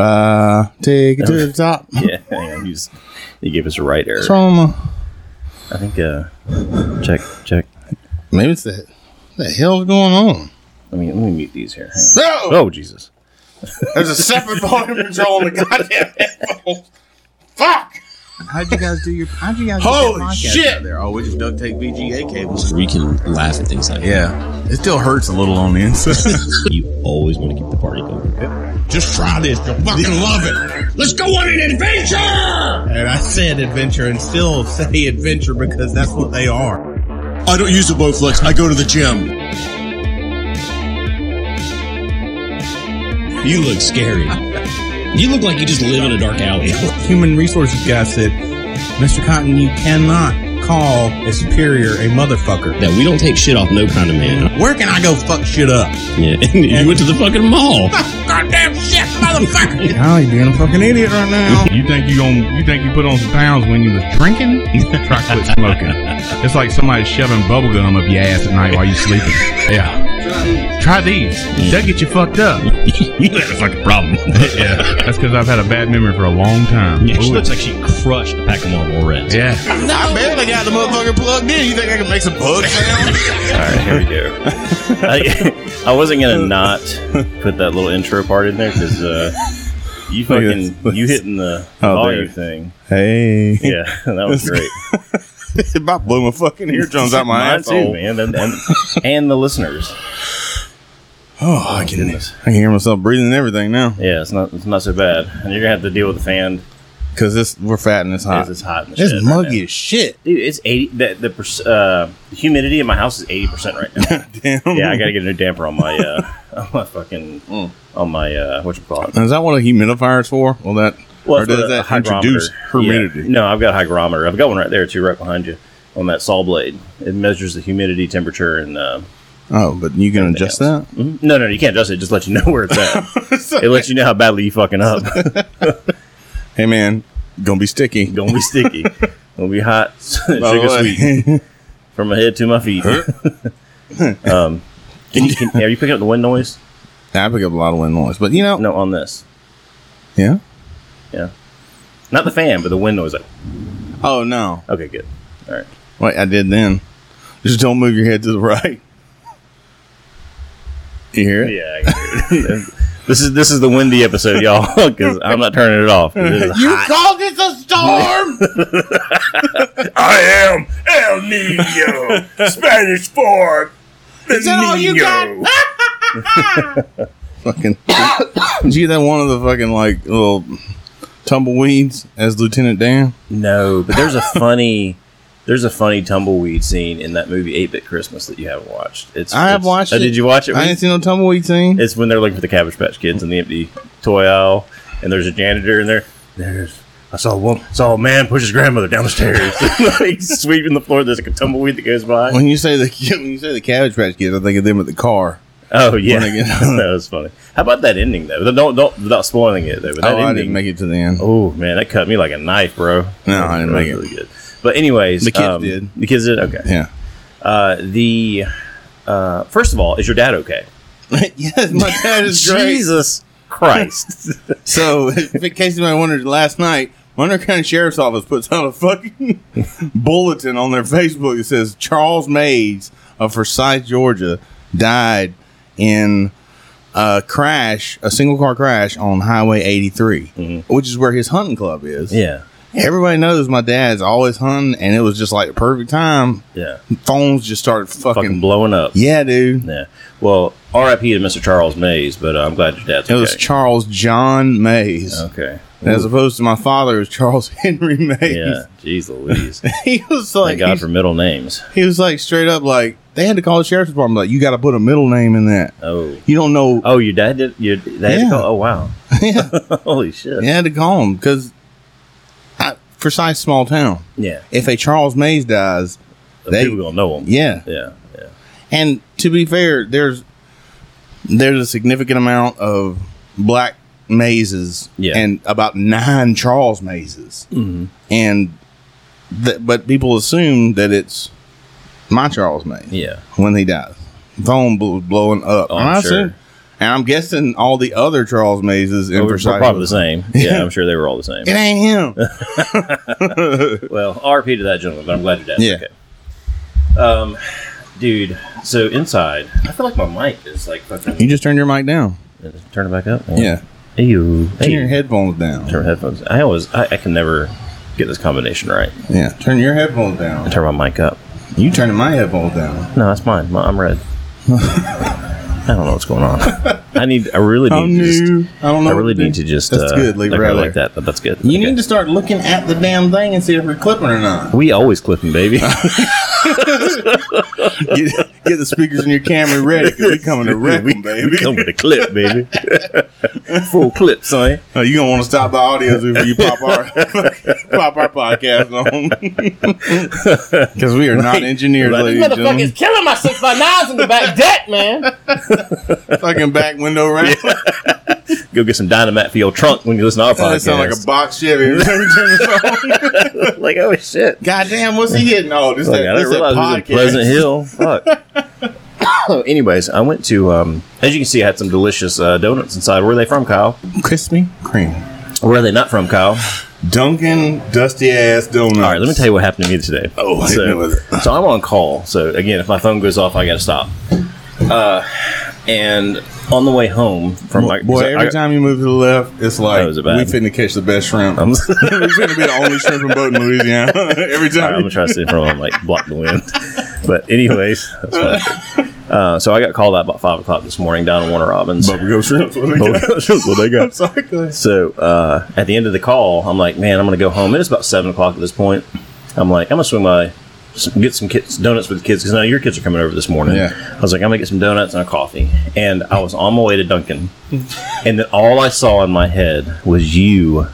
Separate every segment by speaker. Speaker 1: Bah, take it to the top.
Speaker 2: Yeah, hang on, he's, he gave us a right error.
Speaker 1: Trauma.
Speaker 2: I think. Uh, check, check.
Speaker 1: Maybe it's that. What the hell's going on?
Speaker 2: Let me let me mute these here. Hang on.
Speaker 1: No!
Speaker 2: Oh Jesus!
Speaker 1: There's a separate volume control on the goddamn headphones. Fuck!
Speaker 3: How'd you guys do your? How'd you guys?
Speaker 1: Holy
Speaker 3: do your podcast
Speaker 1: shit!
Speaker 3: out There, oh, we just duct tape VGA cables.
Speaker 4: We can laugh at things like
Speaker 3: Yeah, it still hurts a little on the inside.
Speaker 4: that. You always want to keep the party going.
Speaker 5: Just try this. You'll fucking love it. Let's go on an adventure!
Speaker 3: and I said adventure, and still say adventure because that's what they are.
Speaker 5: I don't use a Bowflex. I go to the gym.
Speaker 4: You look scary. You look like you just live in a dark alley.
Speaker 3: Human resources guy said, "Mr. Cotton, you cannot call a superior a motherfucker."
Speaker 4: That we don't take shit off no kind of man.
Speaker 3: Where can I go fuck shit up?
Speaker 4: Yeah, and you went to the fucking mall.
Speaker 3: Goddamn shit, motherfucker!
Speaker 1: Ah,
Speaker 3: oh, you're being a fucking idiot right now.
Speaker 6: You think you going you think you put on some pounds when you was drinking? Try quit smoking. It's like somebody shoving bubble gum up your ass at night while you sleeping. Yeah. Try these. They'll get you fucked up.
Speaker 4: you have a fucking problem.
Speaker 6: Yeah. That's because I've had a bad memory for a long time.
Speaker 4: Yeah, she
Speaker 6: Ooh,
Speaker 4: looks like she crushed a pack of Marlboro Reds.
Speaker 6: yeah.
Speaker 1: I barely got the motherfucker plugged in. You think I can make some bug sounds?
Speaker 2: All right, here we go. I, I wasn't gonna not put that little intro part in there because uh, you
Speaker 1: Look at
Speaker 2: fucking
Speaker 1: this.
Speaker 2: you hitting the
Speaker 1: Oh,
Speaker 2: volume
Speaker 1: there.
Speaker 2: thing.
Speaker 1: hey.
Speaker 2: Yeah, that was great.
Speaker 1: it about blew my fucking eardrums out my
Speaker 2: Mine too,
Speaker 1: asshole.
Speaker 2: man, and, and and the listeners.
Speaker 1: Oh, I can, I
Speaker 2: Goodness.
Speaker 1: can hear myself breathing and everything now.
Speaker 2: Yeah, it's not it's not so bad, and you're gonna have to deal with the fan
Speaker 1: Because this we're fat and it's hot.
Speaker 2: because it's hot. And
Speaker 1: Ah. It's
Speaker 2: shit right
Speaker 1: muggy
Speaker 2: now.
Speaker 1: as shit.
Speaker 2: dude. It's eighty. The the pers- uh, humidity in my house is eighty percent right now.
Speaker 1: Damn.
Speaker 2: yeah, I gotta get a new damper on my uh, on my fucking
Speaker 1: Mm.
Speaker 2: on my uh, what you call it.
Speaker 1: Is that what a humidifier's for? Well, that
Speaker 2: Well,
Speaker 1: or
Speaker 2: it's
Speaker 1: does
Speaker 2: a- a
Speaker 1: that
Speaker 2: hygrometer.
Speaker 1: introduce humidity?
Speaker 2: Yeah. No, I've got a hygrometer. I've got one right there too, right behind you on that saw blade. It measures the humidity, temperature, and uh,
Speaker 1: Oh, but you can adjust that.
Speaker 2: mhm. no, no, you can't adjust it. it Just let you know where it's at. it lets you know how badly you fucking up.
Speaker 1: Hey, man, gonna be sticky. Oh,
Speaker 2: Gonna be sticky. Gonna be hot.
Speaker 1: By the
Speaker 2: Sugar
Speaker 1: way.
Speaker 2: sweet from my head to my feet. um, can you, can, are you picking up the wind noise?
Speaker 1: I pick up a lot of wind noise, but you know,
Speaker 2: No, on this.
Speaker 1: yeah.
Speaker 2: Yeah, not the fan, but the wind noise. Like,
Speaker 1: Oh no,
Speaker 2: okay, good. All right.
Speaker 1: wait, I did then. Just don't move your head to the right. You hear it?
Speaker 2: Yeah. I hear it. this is this is the windy episode, y'all, because I'm not turning it off. 'cause it is
Speaker 1: You
Speaker 2: hot.
Speaker 1: called this a storm?
Speaker 2: I am El Nino, Spanish for
Speaker 1: Is that all you got? fucking. Did you get that one of the fucking like little tumbleweeds as Lieutenant Dan?
Speaker 2: No, but there's a funny. There's a funny tumbleweed scene in that movie Eight Bit Christmas that you haven't watched. It's
Speaker 1: I have
Speaker 2: it's-
Speaker 1: watched
Speaker 2: oh,
Speaker 1: it.
Speaker 2: Did you watch it?
Speaker 1: I ain't seen no tumbleweed scene.
Speaker 2: It's when they're looking for the Cabbage Patch Kids in the empty toy aisle, and there's a janitor in there. There's I saw one saw a man push his grandmother down the stairs, like sweeping the floor. There's like a tumbleweed that goes by.
Speaker 1: When you say the when you say the Cabbage Patch Kids, I think of them at the car.
Speaker 2: Oh yeah,
Speaker 1: When I get-
Speaker 2: that was funny. How about that ending though? Don't don't without spoiling it though. But that
Speaker 1: oh, I
Speaker 2: ending,
Speaker 1: didn't make it to the end.
Speaker 2: Oh man, that cut me like a knife, bro.
Speaker 1: No, I didn't
Speaker 2: That
Speaker 1: make
Speaker 2: was
Speaker 1: it.
Speaker 2: Really good. But anyways, um,
Speaker 1: The kids did.
Speaker 2: The kids did. Okay.
Speaker 1: Yeah.
Speaker 2: Uh, the uh, first of all, is your dad okay?
Speaker 1: yes, my dad is great.
Speaker 2: Jesus Christ!
Speaker 1: So, in case anybody wondered, last night, Monroe County Sheriff's Office puts out a fucking bulletin on their Facebook that says Charles Mays of Forsyth, Georgia, died in a crash, a single car crash on Highway 83, which is where his hunting club is.
Speaker 2: Mm-hmm. yeah,
Speaker 1: Everybody knows my dad's always hunting, and it was just like the perfect time.
Speaker 2: yeah,
Speaker 1: Phones just started fucking.
Speaker 2: fucking blowing up.
Speaker 1: yeah, dude.
Speaker 2: Yeah. Well, R.I.P. to Mr. Charles Mays, but uh, I'm glad your dad's
Speaker 1: It
Speaker 2: okay.
Speaker 1: was Charles John Mays.
Speaker 2: okay.
Speaker 1: As opposed to my father, it was Charles Henry Mays.
Speaker 2: Yeah. Jeez Louise. Thank
Speaker 1: he was like
Speaker 2: God for middle names.
Speaker 1: he was like straight up like they had to call the sheriff's department like you got to put a middle name in that.
Speaker 2: Oh.
Speaker 1: You don't know.
Speaker 2: Oh, your dad did. Your dad
Speaker 1: Yeah.
Speaker 2: did call. Oh wow.
Speaker 1: yeah,
Speaker 2: Holy shit.
Speaker 1: they had to call him because precise small town.
Speaker 2: Yeah.
Speaker 1: If a Charles Mays dies,
Speaker 2: The
Speaker 1: They-
Speaker 2: people gonna know him.
Speaker 1: yeah.
Speaker 2: Yeah. Yeah.
Speaker 1: And to be fair, there's there's a significant amount of black mazes
Speaker 2: Yeah.
Speaker 1: and about nine Charles mazes,
Speaker 2: Mhm.
Speaker 1: and th- but people assume that it's my Charles Mays.
Speaker 2: Yeah.
Speaker 1: when he dies. Phone bl- blowing up.
Speaker 2: Oh,
Speaker 1: and I
Speaker 2: I'm sure.
Speaker 1: assume, And I'm guessing all the other Charles Mazes in
Speaker 2: We're, we're
Speaker 1: Versailles.
Speaker 2: Oh, probably the same. Yeah, I'm sure they were all the same.
Speaker 1: It ain't him.
Speaker 2: Well, RP to that gentleman, but I'm glad your dad's
Speaker 1: Yeah.
Speaker 2: okay. Um, dude, so inside, I feel like my mic is like fucking.
Speaker 1: you just turned your mic down.
Speaker 2: Turn it back up.
Speaker 1: Yeah.
Speaker 2: Ew.
Speaker 1: Turn your
Speaker 2: Ew.
Speaker 1: headphones down.
Speaker 2: Turn my headphones. I always, I, I can never get this combination right.
Speaker 1: Yeah. Turn your headphones
Speaker 2: I
Speaker 1: down.
Speaker 2: turn my mic up.
Speaker 1: You turning my headphones down.
Speaker 2: No, that's mine. My, I'm red. I don't know what's going on. I need. I really
Speaker 1: I'm
Speaker 2: need. to
Speaker 1: new.
Speaker 2: Just,
Speaker 1: I don't know.
Speaker 2: I really
Speaker 1: what to
Speaker 2: need
Speaker 1: do.
Speaker 2: to just.
Speaker 1: That's
Speaker 2: uh,
Speaker 1: good. Leave it
Speaker 2: like,
Speaker 1: right
Speaker 2: like
Speaker 1: there.
Speaker 2: that, but that's good.
Speaker 1: You
Speaker 2: Okay.
Speaker 1: need to start looking at the damn thing and see if we're clipping or not.
Speaker 2: We always clipping, baby.
Speaker 1: Get, get the speakers and your camera ready because we coming to wreck 'em, baby.
Speaker 2: we come with a clip, baby. Full clip, son.
Speaker 1: Oh, you gonna want to stop by audios before you pop our pop our podcast on because we are not engineers,
Speaker 2: Right.
Speaker 1: ladies and gentlemen.
Speaker 6: Motherfucker's killing my six by nines in the back deck, man.
Speaker 1: Fucking back window round.
Speaker 2: Go get some dynamite for your trunk when you listen to our
Speaker 1: That
Speaker 2: podcast.
Speaker 1: sound like a box Chevy. every time you turn the phone.
Speaker 2: like, oh shit.
Speaker 1: God damn, what's he getting? Oh, this
Speaker 2: Fuck,
Speaker 1: that,
Speaker 2: I
Speaker 1: this
Speaker 2: didn't
Speaker 1: that
Speaker 2: realize it was in
Speaker 1: podcast.
Speaker 2: Pleasant Hill. Fuck. Anyways, I went to, um, as you can see, I had some delicious uh, donuts inside. Where are they from, Kyle?
Speaker 1: Krispy Kreme,
Speaker 2: Where are they not from, Kyle?
Speaker 1: Dunkin' dusty ass donuts.
Speaker 2: All right, let me tell you what happened to me today.
Speaker 1: Oh, hit me
Speaker 2: so,
Speaker 1: with it.
Speaker 2: so I'm on call. So again, if my phone goes off, I got to stop. Uh, and on the way home from my
Speaker 1: Boy,
Speaker 2: so I-
Speaker 1: every time you move to the left, it's like
Speaker 2: That
Speaker 1: we
Speaker 2: was bad.
Speaker 1: finna catch the best shrimp.
Speaker 2: I'm,
Speaker 1: we finna be the only shrimp and boat in Louisiana. every
Speaker 2: All right, I'm
Speaker 1: time.
Speaker 2: gonna try to sit in front of him, like block the wind. But anyways, that's fine. Uh, so I got called out about five o'clock this morning down in Warner Robins.
Speaker 1: Bubble gum shrimps. What do we got?
Speaker 2: Well, they
Speaker 1: I'm
Speaker 2: got-
Speaker 1: sorry, go ahead.
Speaker 2: So uh, at the end of the call, I'm like, man, I'm gonna go home. It is about seven o'clock at this point. I'm like, I'm gonna swing by, get some kids, donuts for the kids because now your kids are coming over this morning.
Speaker 1: Yeah.
Speaker 2: I was like, I'm gonna get some donuts and a coffee, and I was on my way to Dunkin', and then all I saw in my head was you.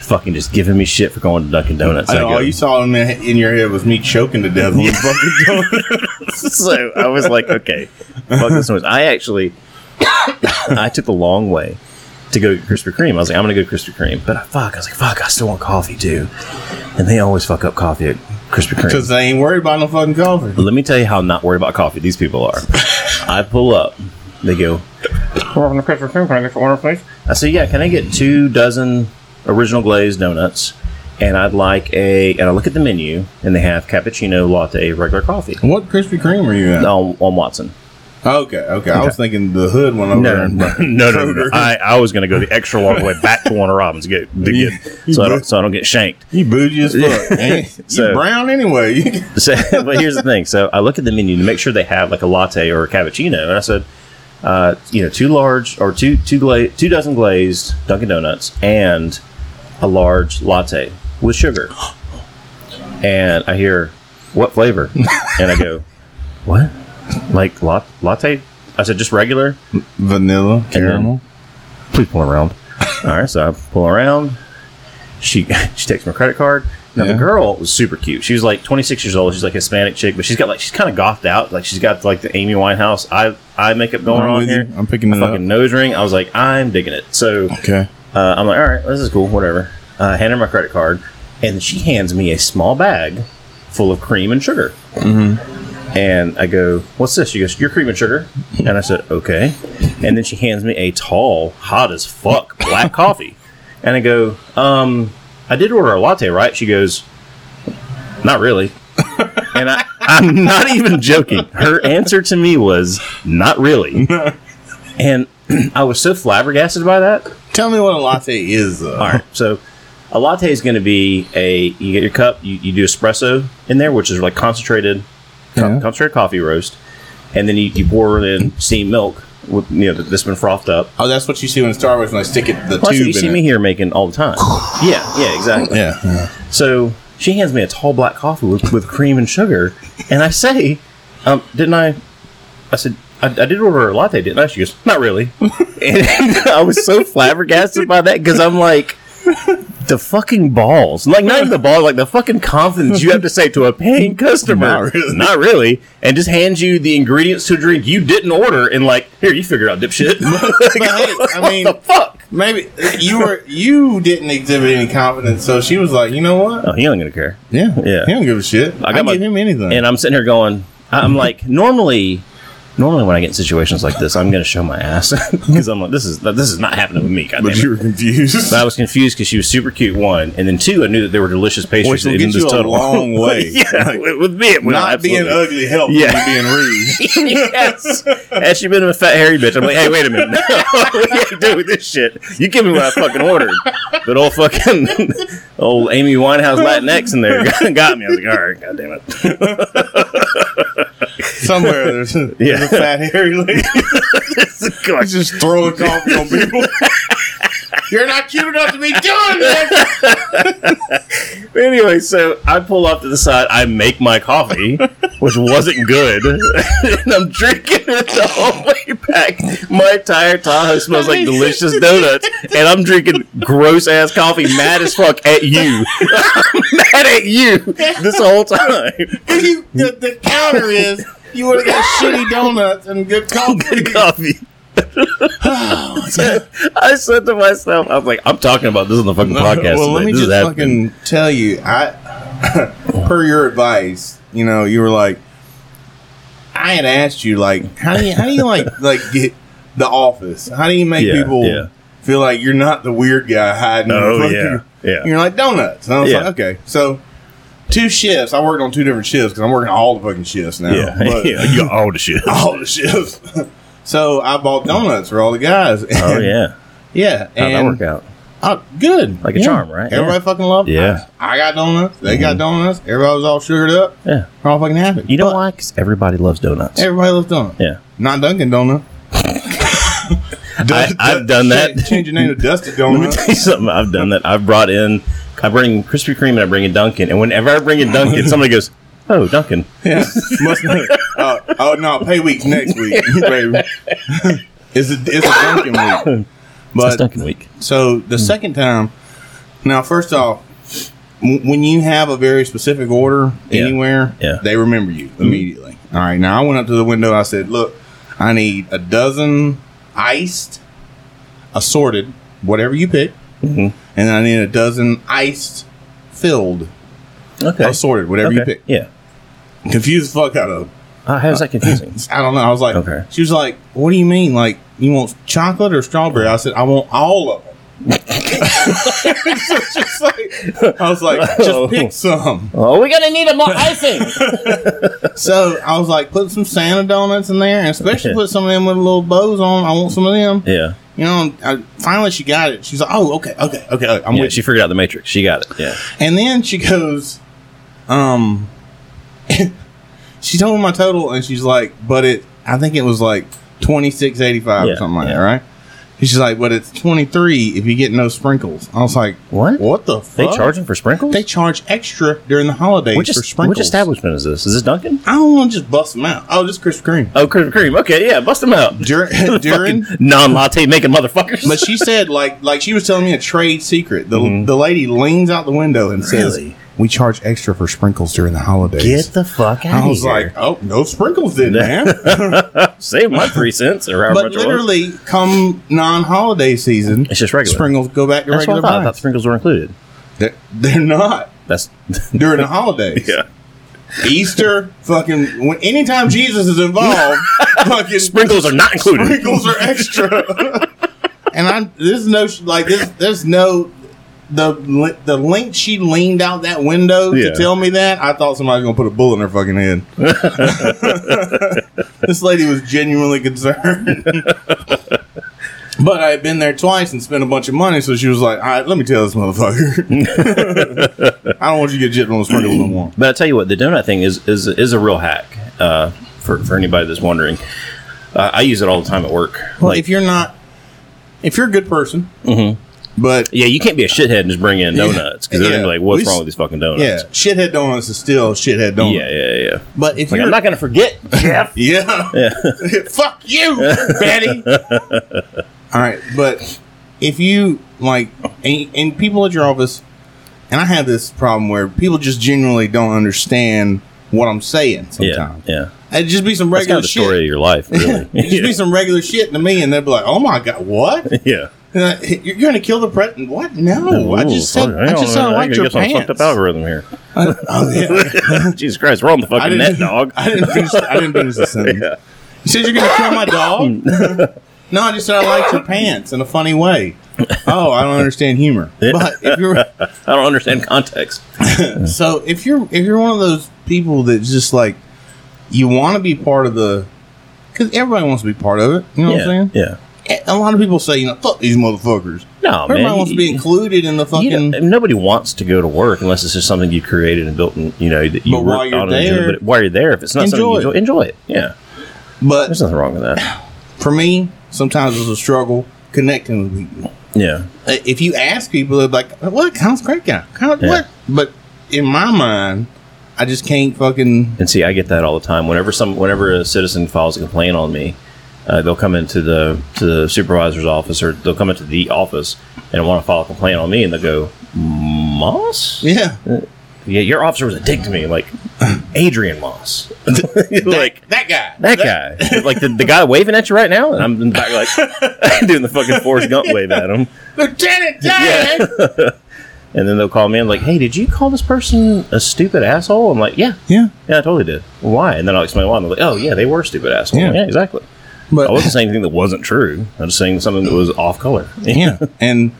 Speaker 2: Fucking just giving me shit for going to Dunkin' Donuts.
Speaker 1: I know,
Speaker 2: go,
Speaker 1: all you saw in, the, in your head was me choking to death on the fucking door.
Speaker 2: so I was like, okay, fuck this noise. I actually, I took the long way to go to Krispy Kreme. I was like, I'm gonna go to Krispy Kreme, but I, fuck, I was like, fuck, I still want coffee too. And they always fuck up coffee at Krispy
Speaker 1: Because
Speaker 2: Kreme.
Speaker 1: I ain't worried about no fucking coffee.
Speaker 2: But let me tell you how not worried about coffee these people are. I pull up, they go,
Speaker 6: Welcome to Krispy Kreme. Can I get your order, please?
Speaker 2: I say, yeah, can I get two dozen original glazed donuts? And I'd like a, and I look at the menu, and they have cappuccino, latte, regular coffee.
Speaker 1: What Krispy Kreme are you at?
Speaker 2: On, on Watson.
Speaker 1: Okay, okay. I was thinking the hood one over
Speaker 2: No,
Speaker 1: there.
Speaker 2: no, no, no, no. I, I was going to go the extra long way back to Warner Robins to get, to get so I don't so I don't get shanked.
Speaker 1: You bougie as fuck. ain't you?
Speaker 2: So-
Speaker 1: you brown anyway. You-
Speaker 2: So, but here's the thing. So I look at the menu to make sure they have like a latte or a cappuccino, and I said, uh, you know, two large or two two gla- two dozen glazed Dunkin' Donuts and a large latte with sugar. And I hear what flavor, and I go, what? Like la- latte? I said just regular.
Speaker 1: Vanilla,
Speaker 2: then-
Speaker 1: caramel.
Speaker 2: please pull around. All right, so I pull around. She she takes my credit card. Now
Speaker 1: Yeah.
Speaker 2: the girl was super cute. She was like 26 years old. She's like Hispanic chick, but she's got like she's kind of gothed out. Like she's got like the Amy Winehouse eye eye makeup going
Speaker 1: I'm
Speaker 2: on
Speaker 1: with you.
Speaker 2: here.
Speaker 1: I'm picking
Speaker 2: a
Speaker 1: it up.
Speaker 2: fucking nose ring. I was like, I'm digging it. So
Speaker 1: Okay.
Speaker 2: uh, I'm like, all right, this is cool, whatever. Uh, I hand her my credit card, and she hands me a small bag full of cream and sugar. Mm-hmm. And I go, what's this? She goes, your cream and sugar. And I said, okay. And then she hands me a tall, hot as fuck black coffee. And I go, um, I did order a latte, right? She goes, not really. and I, I'm not even joking. Her answer to me was, not really. and I was so flabbergasted by that.
Speaker 1: Tell me what a latte is. Though.
Speaker 2: All right. So a latte is going to be a you get your cup, you, you do espresso in there, which is like concentrated co-
Speaker 1: Yeah.
Speaker 2: concentrated coffee roast, and then you, you pour in steamed milk with you know that- that's been frothed up.
Speaker 1: Oh, that's what you see when Starbucks when I stick it the
Speaker 2: Well, that's what
Speaker 1: tube
Speaker 2: you see
Speaker 1: in
Speaker 2: me
Speaker 1: it.
Speaker 2: here making all the time. yeah, yeah, exactly.
Speaker 1: Yeah.
Speaker 2: So she hands me a tall black coffee with, with cream and sugar, and I say, um, "Didn't I?" I said, I, "I did order a latte, didn't I?" She goes, "Not really," and I was so flabbergasted by that because I'm like. The fucking balls, like not even the balls, like the fucking confidence you have to say to a paying customer,
Speaker 1: Not really.
Speaker 2: not really, and just hands you the ingredients to a drink you didn't order, and like, here, you figure it out, dipshit.
Speaker 1: But hey, I mean,
Speaker 2: what the fuck?
Speaker 1: maybe you were you didn't exhibit any confidence, so she was like, you know what?
Speaker 2: Oh, he ain't gonna care.
Speaker 1: Yeah,
Speaker 2: Yeah.
Speaker 1: He don't give a shit.
Speaker 2: I
Speaker 1: I,
Speaker 2: got my-
Speaker 1: give him anything.
Speaker 2: And I'm sitting here going, I- I'm like, normally Normally, when I get in situations like this, I'm going to show my ass because I'm like, this is this is not happening with me. God
Speaker 1: But you were confused.
Speaker 2: But I was confused because she was super cute, one, and then two, I knew that there were delicious
Speaker 1: Which
Speaker 2: pastries
Speaker 1: will
Speaker 2: in
Speaker 1: get
Speaker 2: this
Speaker 1: you a
Speaker 2: tunnel.
Speaker 1: long way.
Speaker 2: yeah,
Speaker 1: Like,
Speaker 2: with- with me, it will,
Speaker 1: not being
Speaker 2: absolutely.
Speaker 1: ugly helps
Speaker 2: Yeah.
Speaker 1: yeah. being rude.
Speaker 2: yes. Had she been a fat hairy bitch, I'm like, hey, wait a minute. No, we ain't doing this shit. You give me what I fucking ordered. But old fucking old Amy Winehouse Latinx in there got, got me. I was like, all right, god damn it.
Speaker 1: Somewhere there's a,
Speaker 2: Yeah.
Speaker 1: there's a fat hairy lady just throwing coffee on people. You're not cute enough to be doing this.
Speaker 2: anyway, so I pull off to the side, I make my coffee, which wasn't good. and I'm drinking it the whole way back. My entire Tahoe smells like delicious donuts. And I'm drinking gross ass coffee, mad as fuck at you. I'm mad at you this whole time.
Speaker 1: You- the, the counter is you would have got shitty donuts and good coffee.
Speaker 2: good coffee. I said to myself, I'm like, I'm talking about this on the fucking podcast.
Speaker 1: Well, let
Speaker 2: today.
Speaker 1: me
Speaker 2: This is
Speaker 1: just
Speaker 2: happening.
Speaker 1: fucking tell you, I per your advice, you know, you were like, I had asked you like, how do you how do you like like get the office? How do you make
Speaker 2: Yeah,
Speaker 1: people
Speaker 2: yeah.
Speaker 1: feel like you're not the weird guy hiding? in
Speaker 2: Oh,
Speaker 1: front of
Speaker 2: yeah,
Speaker 1: you?
Speaker 2: yeah.
Speaker 1: You're like donuts. And I was
Speaker 2: Yeah.
Speaker 1: like, okay, so. Two shifts. I worked on two different shifts because I'm working all the fucking shifts now.
Speaker 2: yeah,
Speaker 1: But-
Speaker 2: yeah, you got all the shit.
Speaker 1: all the shifts. so I bought donuts for all the guys.
Speaker 2: Oh yeah,
Speaker 1: yeah.
Speaker 2: how'd
Speaker 1: And
Speaker 2: that work out?
Speaker 1: I- good,
Speaker 2: Like a charm, right?
Speaker 1: Everybody fucking loved. it.
Speaker 2: Yeah.
Speaker 1: I, I got donuts. They got donuts. Everybody was all sugared up.
Speaker 2: Yeah,
Speaker 1: We're all fucking happy.
Speaker 2: you know why? Because everybody loves donuts.
Speaker 1: Everybody loves donuts.
Speaker 2: yeah,
Speaker 1: Not Dunkin' Donut.
Speaker 2: I, I've done that.
Speaker 1: Change, change your name to Dusty
Speaker 2: Let me
Speaker 1: Donut.
Speaker 2: tell you something. I've done that. I've brought in, I bring Krispy Kreme and I bring a Dunkin', and whenever I bring a Dunkin', somebody goes, "Oh, Dunkin'."
Speaker 1: yeah. Must, uh, oh no, pay week's next week, baby. it's a it's a Dunkin' week.
Speaker 2: It's
Speaker 1: But
Speaker 2: Dunkin' week.
Speaker 1: So
Speaker 2: Hmm.
Speaker 1: the second time, now first off, w- when you have a very specific order
Speaker 2: Yeah.
Speaker 1: anywhere,
Speaker 2: Yeah. Hmm.
Speaker 1: they remember you immediately. All right, now I went up to the window. I said, "Look, I need a dozen iced, assorted, whatever you pick,
Speaker 2: Mm-hmm.
Speaker 1: and I need a dozen iced, filled,
Speaker 2: Okay.
Speaker 1: assorted, whatever you
Speaker 2: okay.
Speaker 1: pick."
Speaker 2: Yeah.
Speaker 1: Confused the fuck out of. Them.
Speaker 2: Uh, how's that confusing?
Speaker 1: I don't know. I was like,
Speaker 2: Okay.
Speaker 1: she was like, "What do you mean? Like, you want chocolate or strawberry?" I said, "I want all of them." So it's just like- I was like, just pick some.
Speaker 2: oh, we
Speaker 6: We're gonna need a more icing.
Speaker 1: So I was like, put some Santa donuts in there, and especially put some of them with little bows on. I want some of them.
Speaker 2: Yeah.
Speaker 1: You know, I, finally she got it. She's like, oh, okay, okay, okay. okay, I'm
Speaker 2: Yeah,
Speaker 1: with
Speaker 2: she
Speaker 1: you.
Speaker 2: figured out the matrix. She got it. Yeah.
Speaker 1: And then she goes, um, she told me my total, and she's like, but it, I think it was like twenty six eighty five
Speaker 2: Yeah,
Speaker 1: or something like
Speaker 2: yeah.
Speaker 1: that, right? And she's like, but it's twenty three if you get no sprinkles. I was like,
Speaker 2: What?
Speaker 1: What the
Speaker 2: They
Speaker 1: fuck?
Speaker 2: charging for sprinkles?
Speaker 1: They charge extra during the holidays
Speaker 2: which,
Speaker 1: for
Speaker 2: is,
Speaker 1: sprinkles.
Speaker 2: which establishment is this? Is this Duncan?
Speaker 1: I don't want to just bust them out. Oh, just Krispy Kreme.
Speaker 2: Oh, Krispy Kreme. Okay, yeah, bust them out.
Speaker 1: During, during
Speaker 2: Non latte making motherfuckers.
Speaker 1: but she said like like she was telling me a trade secret. The the lady leans out the window and says,
Speaker 2: Mm-hmm. Really?
Speaker 1: "We charge extra for sprinkles during the holidays."
Speaker 2: Get the fuck out
Speaker 1: I was like, "Oh, no sprinkles then, man."
Speaker 2: save my three cents or however
Speaker 1: but
Speaker 2: much it was.
Speaker 1: literally, come non-holiday season,
Speaker 2: It's just regular.
Speaker 1: sprinkles go back to
Speaker 2: That's what I
Speaker 1: regular
Speaker 2: thought. I thought
Speaker 1: price.
Speaker 2: sprinkles were included.
Speaker 1: They're, they're not
Speaker 2: That's
Speaker 1: during the holidays.
Speaker 2: yeah.
Speaker 1: Easter, fucking when anytime Jesus is involved, fucking
Speaker 2: Sprinkles are not included.
Speaker 1: sprinkles are extra. and I there's no sh- like there's there's no the li- the link she leaned out that window
Speaker 2: Yeah.
Speaker 1: to tell me that I thought somebody was gonna put a bullet in her fucking head. this lady was genuinely concerned. But I had been there twice and spent a bunch of money, so she was like, "All right, let me tell this motherfucker. I don't want you to get jipped on the sprinkles no more."
Speaker 2: But I tell you what, the donut thing is is is a real hack uh, for for anybody that's wondering. Uh, I use it all the time at work.
Speaker 1: Well, if you're not, if you're a good person, but
Speaker 2: yeah, you can't be a shithead and just bring in donuts because they're gonna be
Speaker 1: Yeah.
Speaker 2: like, "What's
Speaker 1: We
Speaker 2: wrong
Speaker 1: s-
Speaker 2: with these fucking donuts?"
Speaker 1: yeah, shithead donuts is still shithead donuts.
Speaker 2: yeah, yeah, yeah.
Speaker 1: But if
Speaker 2: Like,
Speaker 1: you're
Speaker 2: I'm not gonna forget.
Speaker 1: yeah, fuck you, Betty. All right, but if you like, and, and people at your office, and I have this problem where people just generally don't understand what I'm saying.
Speaker 2: yeah,
Speaker 1: Sometimes
Speaker 2: yeah.
Speaker 1: it'd just be some
Speaker 2: That's kind
Speaker 1: regular
Speaker 2: of the story of
Speaker 1: shit.
Speaker 2: your life, really.
Speaker 1: It'd just be some regular shit to me, and they'd be like, "Oh my god, what?"
Speaker 2: yeah.
Speaker 1: Uh, you're going to kill the president? What? No, I just
Speaker 2: Ooh,
Speaker 1: said
Speaker 2: fuck,
Speaker 1: I
Speaker 2: don't
Speaker 1: just
Speaker 2: know.
Speaker 1: said I
Speaker 2: I
Speaker 1: like
Speaker 2: gotta
Speaker 1: your
Speaker 2: get some fucked up
Speaker 1: pants.
Speaker 2: algorithm here.
Speaker 1: Oh, yeah.
Speaker 2: Jesus Christ, we're on the
Speaker 1: I
Speaker 2: fucking
Speaker 1: didn't-
Speaker 2: net, dog.
Speaker 1: I didn't finish. I didn't finish the sentence. You said you're gonna kill my dog? no, I just said I liked your pants in a funny way. Oh, I don't understand humor. But if you're
Speaker 2: I don't understand context.
Speaker 1: so if you're if you're one of those people that just like you want to be part of the because everybody wants to be part of it. You know
Speaker 2: yeah,
Speaker 1: what I'm saying?
Speaker 2: yeah.
Speaker 1: A lot of people say, you know, fuck these motherfuckers.
Speaker 2: No,
Speaker 1: everybody
Speaker 2: man,
Speaker 1: wants to be
Speaker 2: you-
Speaker 1: included in the
Speaker 2: You
Speaker 1: fucking.
Speaker 2: know, nobody wants to go to work unless it's just something you created and built, and you know that you
Speaker 1: But while
Speaker 2: worked
Speaker 1: you're
Speaker 2: on and enjoyed,
Speaker 1: there-
Speaker 2: But while you're there, if it's not
Speaker 1: Enjoy
Speaker 2: something you
Speaker 1: it.
Speaker 2: enjoy, enjoy it. Yeah,
Speaker 1: but
Speaker 2: there's nothing wrong with that.
Speaker 1: for me, sometimes it's a struggle connecting with people.
Speaker 2: Yeah,
Speaker 1: Uh, if you ask people, they're like, "What? Kyle's a great guy. Kyle,
Speaker 2: Yeah.
Speaker 1: What?" But in my mind, I just can't fucking.
Speaker 2: and see, I get that all the time. Whenever some, whenever a citizen files a complaint on me, uh, they'll come into the to the supervisor's office or they'll come into the office and want to file a complaint on me, and they'll go, Moss.
Speaker 1: Yeah,
Speaker 2: Yeah, your officer was a dick to me. I'm like, Adrian Moss. like
Speaker 1: that guy.
Speaker 2: that guy. like the, the guy waving at you right now, and I'm in the back like doing the fucking Forrest Gump wave at him.
Speaker 1: Lieutenant Dan.
Speaker 2: And then they'll call me and like, hey, did you call this person a stupid asshole? I'm like, yeah,
Speaker 1: Yeah,
Speaker 2: yeah, I totally did. Well, why? And then I'll explain why. And they're like, oh yeah, they were stupid asshole.
Speaker 1: Yeah.
Speaker 2: Yeah, exactly. I
Speaker 1: but
Speaker 2: wasn't saying anything that wasn't true. I was just saying something that was off color.
Speaker 1: yeah, and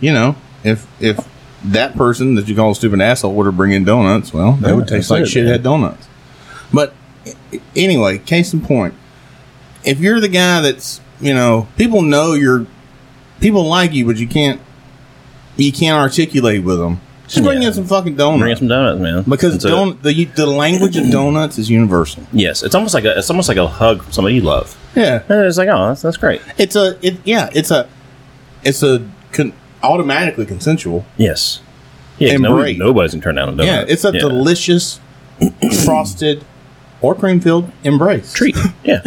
Speaker 1: you know, if if that person that you call a stupid asshole were to bring in donuts, well, that would
Speaker 2: Yeah,
Speaker 1: taste
Speaker 2: that's
Speaker 1: like
Speaker 2: it,
Speaker 1: shithead
Speaker 2: man.
Speaker 1: donuts. But a- anyway, case in point, if you're the guy that's you know people know you're people like you, but you can't you can't articulate with them. Just bring
Speaker 2: Yeah.
Speaker 1: in some fucking donuts.
Speaker 2: Bring us some donuts, man.
Speaker 1: Because
Speaker 2: It's a-
Speaker 1: don- the the language of donuts is universal.
Speaker 2: yes, it's almost like a it's almost like a hug from somebody you love.
Speaker 1: Yeah,
Speaker 2: And it's like, oh, that's, that's great.
Speaker 1: it's a it yeah it's a it's a con- automatically consensual.
Speaker 2: Yes. Yeah, 'cause
Speaker 1: And
Speaker 2: nobody,
Speaker 1: brave.
Speaker 2: nobody's gonna turn down a donut.
Speaker 1: Yeah, it's a delicious frosted or cream filled embrace
Speaker 2: treat. Yeah.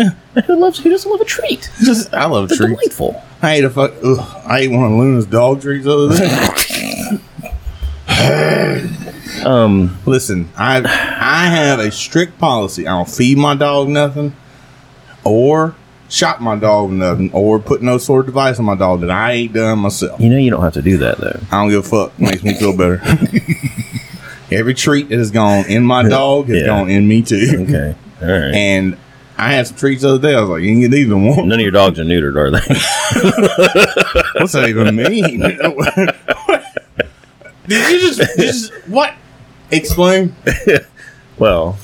Speaker 2: who loves? Who doesn't love a treat?
Speaker 1: Just I love
Speaker 2: They're
Speaker 1: treats.
Speaker 2: delightful.
Speaker 1: I ate a fuck. Ugh, I ate one of Luna's dog treats the other day.
Speaker 2: Um,
Speaker 1: Listen, I I have a strict policy. I don't feed my dog nothing, or shot my dog with nothing, or put no sort of device on my dog that I ain't done myself.
Speaker 2: you know, you don't have to do that though.
Speaker 1: I don't give a fuck. Makes me feel better. Every treat that has gone in my dog has
Speaker 2: Yeah.
Speaker 1: gone in me too.
Speaker 2: Okay. All right.
Speaker 1: And I had some treats the other day. I was like, you can get these in one.
Speaker 2: None of your dogs are neutered, are they?
Speaker 1: What's that even mean? did you just, did you just what? Explain.
Speaker 2: well,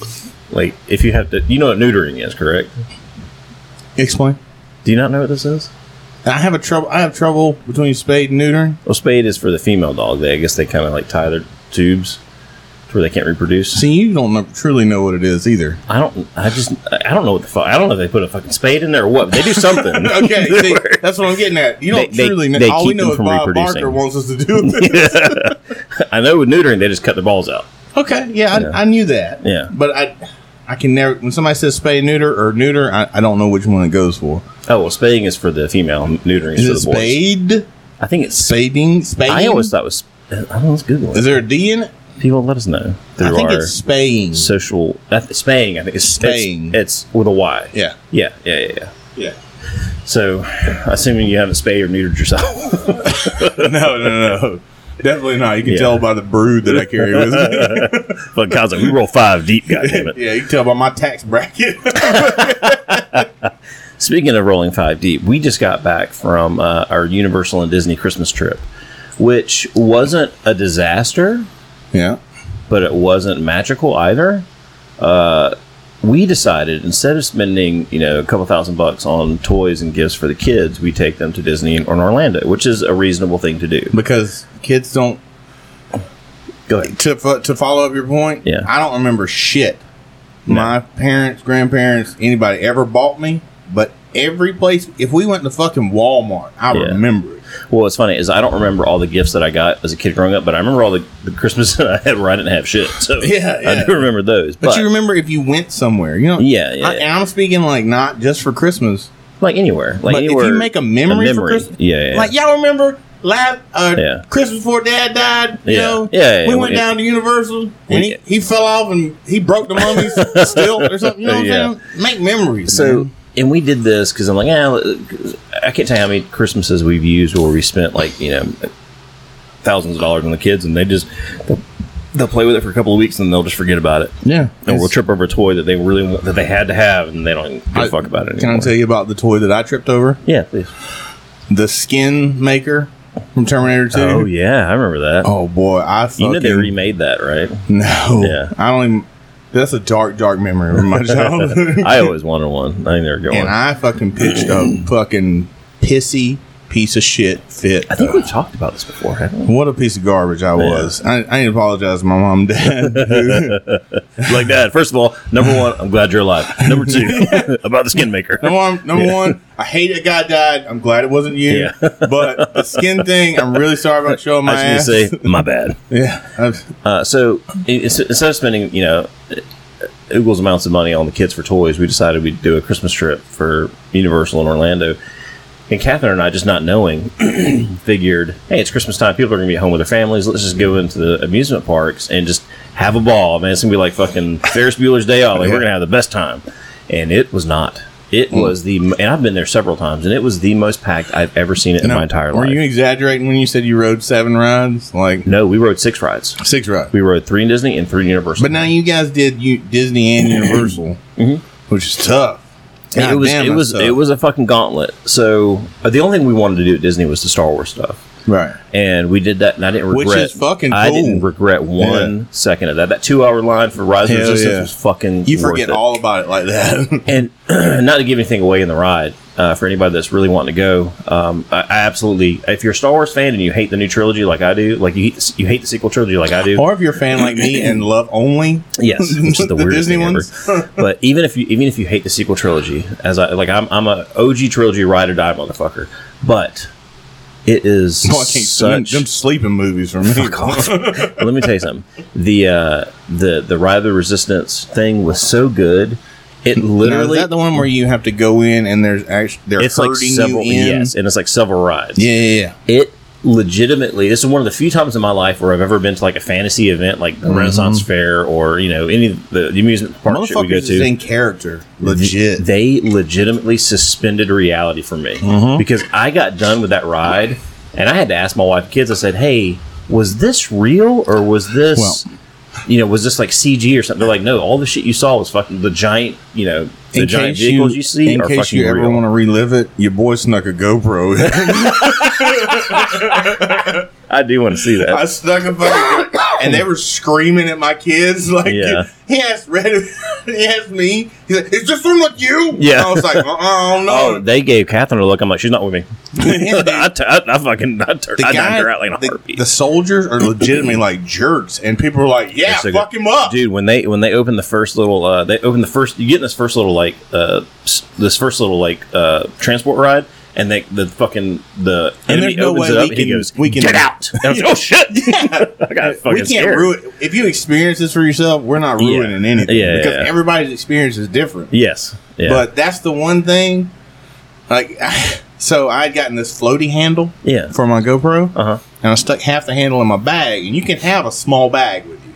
Speaker 2: like if you have to, you know what neutering is, correct?
Speaker 1: Explain.
Speaker 2: Do you not know what this is?
Speaker 1: I have a trouble. I have trouble between spade and neutering.
Speaker 2: Well, spayed is for the female dog. They, I guess, they kind of like tie their tubes to where they can't reproduce.
Speaker 1: See, you don't know, truly know what it is either.
Speaker 2: I don't. I just. I don't know what the fuck. I don't know if they put a fucking spade in there or what. but They do something.
Speaker 1: Okay, see, that's what I'm getting at. You don't
Speaker 2: They- they-
Speaker 1: truly know.
Speaker 2: they
Speaker 1: All we
Speaker 2: keep
Speaker 1: know
Speaker 2: them
Speaker 1: is
Speaker 2: from
Speaker 1: Bob
Speaker 2: reproducing.
Speaker 1: Barker wants us to do. It.
Speaker 2: I know with neutering they just cut their balls out.
Speaker 1: Okay, yeah, I,
Speaker 2: Yeah.
Speaker 1: I knew that.
Speaker 2: Yeah.
Speaker 1: but I, I can never. When somebody says spay neuter or neuter, I, I don't know which one it goes for.
Speaker 2: Oh well, spaying is for the female, neutering is,
Speaker 1: Is it
Speaker 2: for the boys.
Speaker 1: spade?
Speaker 2: I think it's
Speaker 1: Spading? Spading?
Speaker 2: I always thought it was. I don't know. Let's Google
Speaker 1: Is
Speaker 2: it.
Speaker 1: there a D in it?
Speaker 2: People let us know through
Speaker 1: I think
Speaker 2: our
Speaker 1: it's spaying.
Speaker 2: social I th- spaying. I think it's
Speaker 1: Spaying.
Speaker 2: It's, it's with a Y.
Speaker 1: yeah,
Speaker 2: Yeah. Yeah. Yeah. yeah.
Speaker 1: yeah.
Speaker 2: So, assuming you haven't spayed or neutered yourself,
Speaker 1: no, no, no. Definitely not. You can
Speaker 2: Yeah.
Speaker 1: tell by the brood that I carry with me.
Speaker 2: but Kyle's like, we roll five deep. Goddamn it!
Speaker 1: yeah, you can tell by my tax bracket.
Speaker 2: Speaking of rolling five deep, we just got back from uh, our Universal and Disney Christmas trip, which wasn't a disaster,
Speaker 1: yeah.
Speaker 2: but it wasn't magical either. Uh, we decided instead of spending you know a couple thousand bucks on toys and gifts for the kids, we take them to Disney or Orlando, which is a reasonable thing to do.
Speaker 1: Because kids don't.
Speaker 2: Go ahead.
Speaker 1: To, fo- to follow up your point,
Speaker 2: Yeah.
Speaker 1: I don't remember shit. My parents, grandparents, anybody ever bought me, but every place, if we went to fucking Walmart, I
Speaker 2: Yeah.
Speaker 1: remember it.
Speaker 2: Well, what's funny is I don't remember all the gifts that I got as a kid growing up, but I remember all the, the Christmas that I had where I didn't have shit. So
Speaker 1: Yeah, yeah.
Speaker 2: I do remember those.
Speaker 1: But,
Speaker 2: But,
Speaker 1: you remember if you went somewhere, you know?
Speaker 2: Yeah, yeah,
Speaker 1: I,
Speaker 2: yeah.
Speaker 1: And I'm speaking like not just for Christmas,
Speaker 2: like anywhere, like
Speaker 1: but
Speaker 2: anywhere,
Speaker 1: if you make a memory, for Christmas,
Speaker 2: yeah, yeah, yeah.
Speaker 1: like y'all remember last uh,
Speaker 2: Yeah.
Speaker 1: Christmas before Dad died, you
Speaker 2: Yeah.
Speaker 1: know,
Speaker 2: Yeah, yeah,
Speaker 1: we
Speaker 2: yeah.
Speaker 1: went down to Universal and he,
Speaker 2: Yeah.
Speaker 1: he fell off and he broke the mummies still or something. You know what
Speaker 2: Yeah.
Speaker 1: I'm saying? Make memories.
Speaker 2: So,
Speaker 1: man.
Speaker 2: Mm-hmm. and we did this because I'm like, yeah, I can't tell you how many Christmases we've used where we spent like you know thousands of dollars on the kids, and they just They'll play with it for a couple of weeks and they'll just forget about it.
Speaker 5: Yeah.
Speaker 2: And we'll trip over a toy that they really want, that they had to have and they don't give
Speaker 5: I-
Speaker 2: a fuck about it
Speaker 5: Can
Speaker 2: anymore.
Speaker 5: I tell you about the toy that I tripped over?
Speaker 2: yeah, please.
Speaker 5: The skin maker from Terminator 2.
Speaker 2: Oh yeah, I remember that.
Speaker 5: Oh, boy, I fucking
Speaker 2: you know they remade that, right?
Speaker 5: no.
Speaker 2: Yeah.
Speaker 5: I don't even. That's a dark, dark memory of my childhood.
Speaker 2: I always wanted one. I think they're going.
Speaker 5: and
Speaker 2: I,
Speaker 5: I fucking pitched a fucking pissy piece of shit fit.
Speaker 2: think we've talked about this before, haven't we?
Speaker 5: What a piece of garbage I was. I, I need to apologize to my mom and dad. Dude.
Speaker 2: like that. First of all, number one, I'm glad you're alive. Number two, about the skin maker.
Speaker 5: number one, number one, I hate that guy died. I'm glad it wasn't you.
Speaker 2: Yeah.
Speaker 5: but the skin thing, I'm really sorry about showing my
Speaker 2: I was
Speaker 5: ass.
Speaker 2: going to say, my bad.
Speaker 5: yeah. I've-
Speaker 2: Uh, so i- ins- instead of spending, you know, oogles amounts of money on the kids for toys, we decided we'd do a Christmas trip for Universal in Orlando. And Catherine and I, just not knowing, figured, hey, it's Christmas time. People are going to be at home with their families. Let's just go into the amusement parks and just have a ball, man. It's going to be like fucking Ferris Bueller's Day Off. Like, We're going to have the best time. And it was not.
Speaker 5: Hmm.
Speaker 2: It was the, and I've been there several times, and it was the most packed I've ever seen it in
Speaker 5: now,
Speaker 2: my entire
Speaker 5: Were
Speaker 2: life.
Speaker 5: you exaggerating when you said you rode seven rides? Like
Speaker 2: no, we rode six rides.
Speaker 5: six rides.
Speaker 2: We rode three in Disney and three in Universal.
Speaker 5: But now you guys did you Disney and Universal, which is tough.
Speaker 2: Mm-hmm. it was
Speaker 5: Goddamn,
Speaker 2: it
Speaker 5: that's
Speaker 2: was
Speaker 5: tough.
Speaker 2: it was a fucking gauntlet. So uh, the only thing we wanted to do at Disney was the Star Wars stuff,
Speaker 5: right.
Speaker 2: and we did that, and I didn't
Speaker 5: Which
Speaker 2: regret.
Speaker 5: is fucking
Speaker 2: I
Speaker 5: cool.
Speaker 2: didn't regret
Speaker 5: Yeah.
Speaker 2: one second of that. That two hour line for Rise of
Speaker 5: Hell
Speaker 2: Resistance
Speaker 5: yeah.
Speaker 2: was fucking.
Speaker 5: You
Speaker 2: worth
Speaker 5: forget
Speaker 2: it.
Speaker 5: all about it like that.
Speaker 2: And not to give anything away in the ride uh, for anybody that's really wanting to go, um, I, I absolutely. If you're a Star Wars fan and you hate the new trilogy like I do, like you hate the, s- you hate the sequel trilogy like I do,
Speaker 5: or if you're a fan like me and love only,
Speaker 2: Yes, which is the weirdest
Speaker 5: Disney
Speaker 2: thing
Speaker 5: ones?
Speaker 2: ever. But even if you even if you hate the sequel trilogy, as I like, I'm I'm a OG trilogy ride or die motherfucker. But it is
Speaker 5: oh, I can't
Speaker 2: such.
Speaker 5: them sleeping movies for me.
Speaker 2: Fuck off. Let me tell you something. The uh, the the ride of the resistance thing was so good. It
Speaker 5: Now,
Speaker 2: literally
Speaker 5: is that the one where you have to go in and there's actually they're
Speaker 2: it's like
Speaker 5: herding
Speaker 2: several
Speaker 5: you in?
Speaker 2: yes, and it's like several rides.
Speaker 5: Yeah, yeah, yeah.
Speaker 2: It legitimately this is one of the few times in my life where I've ever been to like a fantasy event like
Speaker 5: Mm-hmm.
Speaker 2: the Renaissance Fair or you know any of the, the amusement park shit we
Speaker 5: Motherfuckers
Speaker 2: go
Speaker 5: is
Speaker 2: to.
Speaker 5: in character, legit.
Speaker 2: they legitimately suspended reality for me
Speaker 5: Mm-hmm.
Speaker 2: because I got done with that ride and I had to ask my wife and kids. I said, "Hey, was this real or was this,
Speaker 5: Well-
Speaker 2: you know, was this like CG or something?" They're like, "No, all the shit you saw was fucking the giant, you know, the giant vehicles you, see
Speaker 5: in
Speaker 2: are
Speaker 5: case
Speaker 2: fucking
Speaker 5: you ever
Speaker 2: real."
Speaker 5: want to relive it, your boy snuck a GoPro. in.
Speaker 2: I do want to see
Speaker 5: I
Speaker 2: that.
Speaker 5: snuck a fucking, and they were screaming at my kids like,
Speaker 2: Yeah.
Speaker 5: he asked Red, he asked me, he's like, is this one like you?
Speaker 2: Yeah.
Speaker 5: I was like, uh, I don't
Speaker 2: Oh,
Speaker 5: know.
Speaker 2: they gave Catherine a look. I'm like, she's not with me.
Speaker 5: Yeah, dude.
Speaker 2: I, t- I, I fucking, I, tur-
Speaker 5: the
Speaker 2: I
Speaker 5: guy,
Speaker 2: dined her out like in a
Speaker 5: the,
Speaker 2: heartbeat.
Speaker 5: the soldiers are legitimately like jerks, and people are like, "Yeah,
Speaker 2: It's so
Speaker 5: fuck
Speaker 2: good.
Speaker 5: him up."
Speaker 2: dude when they when they open the first little uh they open the first you get in this first little like uh s- this first little like uh transport ride and they the fucking the
Speaker 5: And
Speaker 2: enemy
Speaker 5: there's no
Speaker 2: opens
Speaker 5: way
Speaker 2: it up
Speaker 5: we
Speaker 2: and he
Speaker 5: can-
Speaker 2: goes
Speaker 5: we can-
Speaker 2: get out and I was like, oh shit I got fucking
Speaker 5: we can't
Speaker 2: scared.
Speaker 5: ruin. If you experience this for yourself, we're not
Speaker 2: Yeah.
Speaker 5: ruining anything
Speaker 2: Yeah, yeah,
Speaker 5: because
Speaker 2: yeah.
Speaker 5: everybody's experience is different.
Speaker 2: yes yeah
Speaker 5: But that's the one thing. Like, so I had gotten this floaty handle
Speaker 2: yeah
Speaker 5: for my GoPro,
Speaker 2: uh huh
Speaker 5: and I stuck half the handle in my bag, and you can have a small bag with you,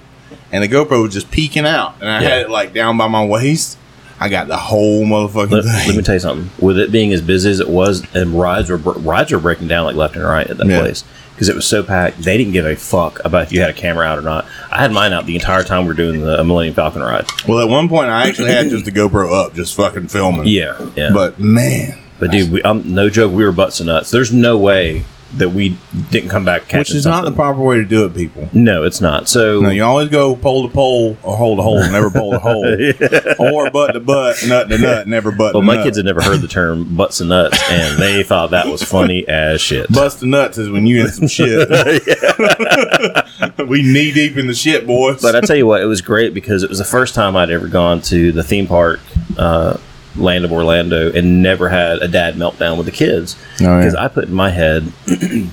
Speaker 5: and the GoPro was just peeking out, and I
Speaker 2: Yeah.
Speaker 5: had it like down by my waist. I got the whole motherfucking
Speaker 2: let,
Speaker 5: thing.
Speaker 2: let me tell you something with it being as busy as it was and rides were br- rides were breaking down like left and right at that
Speaker 5: Yeah.
Speaker 2: place because it was so packed they didn't give a fuck about if you had a camera out or not I had mine out the entire time we were doing the Millennium Falcon ride
Speaker 5: well, at one point, I actually had just the GoPro up, just fucking filming.
Speaker 2: yeah yeah
Speaker 5: But man,
Speaker 2: But dude, we, um, no joke, we were butts and nuts. There's no way that we didn't come back catching
Speaker 5: which is not
Speaker 2: something.
Speaker 5: the proper way to do it, people.
Speaker 2: No, it's not. So
Speaker 5: No, you always go pole to pole or hole to hole, never pole to hole, or butt to butt, nut to nut, never butt.
Speaker 2: well,
Speaker 5: to
Speaker 2: my
Speaker 5: nut.
Speaker 2: kids had never heard the term butts and nuts, and they thought that was funny as shit.
Speaker 5: bust the nuts is when you in some shit. we knee deep in the shit, boys.
Speaker 2: but I tell you what, it was great because it was the first time I'd ever gone to the theme park, uh, Land of Orlando, and never had a dad meltdown with the kids.
Speaker 5: Oh, yeah.
Speaker 2: Because I put in my head, I'm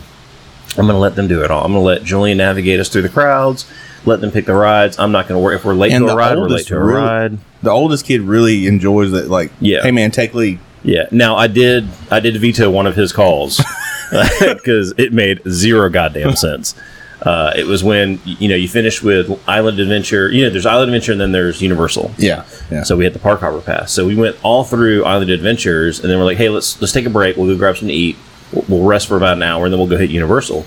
Speaker 2: going to let them do it all. I'm going to let Julian navigate us through the crowds, let them pick the rides. I'm not going to worry if we're late
Speaker 5: And
Speaker 2: to a
Speaker 5: the
Speaker 2: ride. We're late
Speaker 5: oldest
Speaker 2: to a
Speaker 5: really-
Speaker 2: ride.
Speaker 5: the oldest kid really enjoys that. Like,
Speaker 2: Yeah.
Speaker 5: hey man, take lead.
Speaker 2: Yeah. Now I did I did veto one of his calls because it made zero goddamn sense. Uh, it was when y- you know you finish with Island Adventure. You know, there's Island Adventure and then there's Universal.
Speaker 5: Yeah, yeah.
Speaker 2: So we had the Park Hopper Pass. So we went all through Island Adventures, and then we're like, hey, let's let's take a break. We'll go grab something to eat. We'll- We'll rest for about an hour, and then we'll go hit Universal.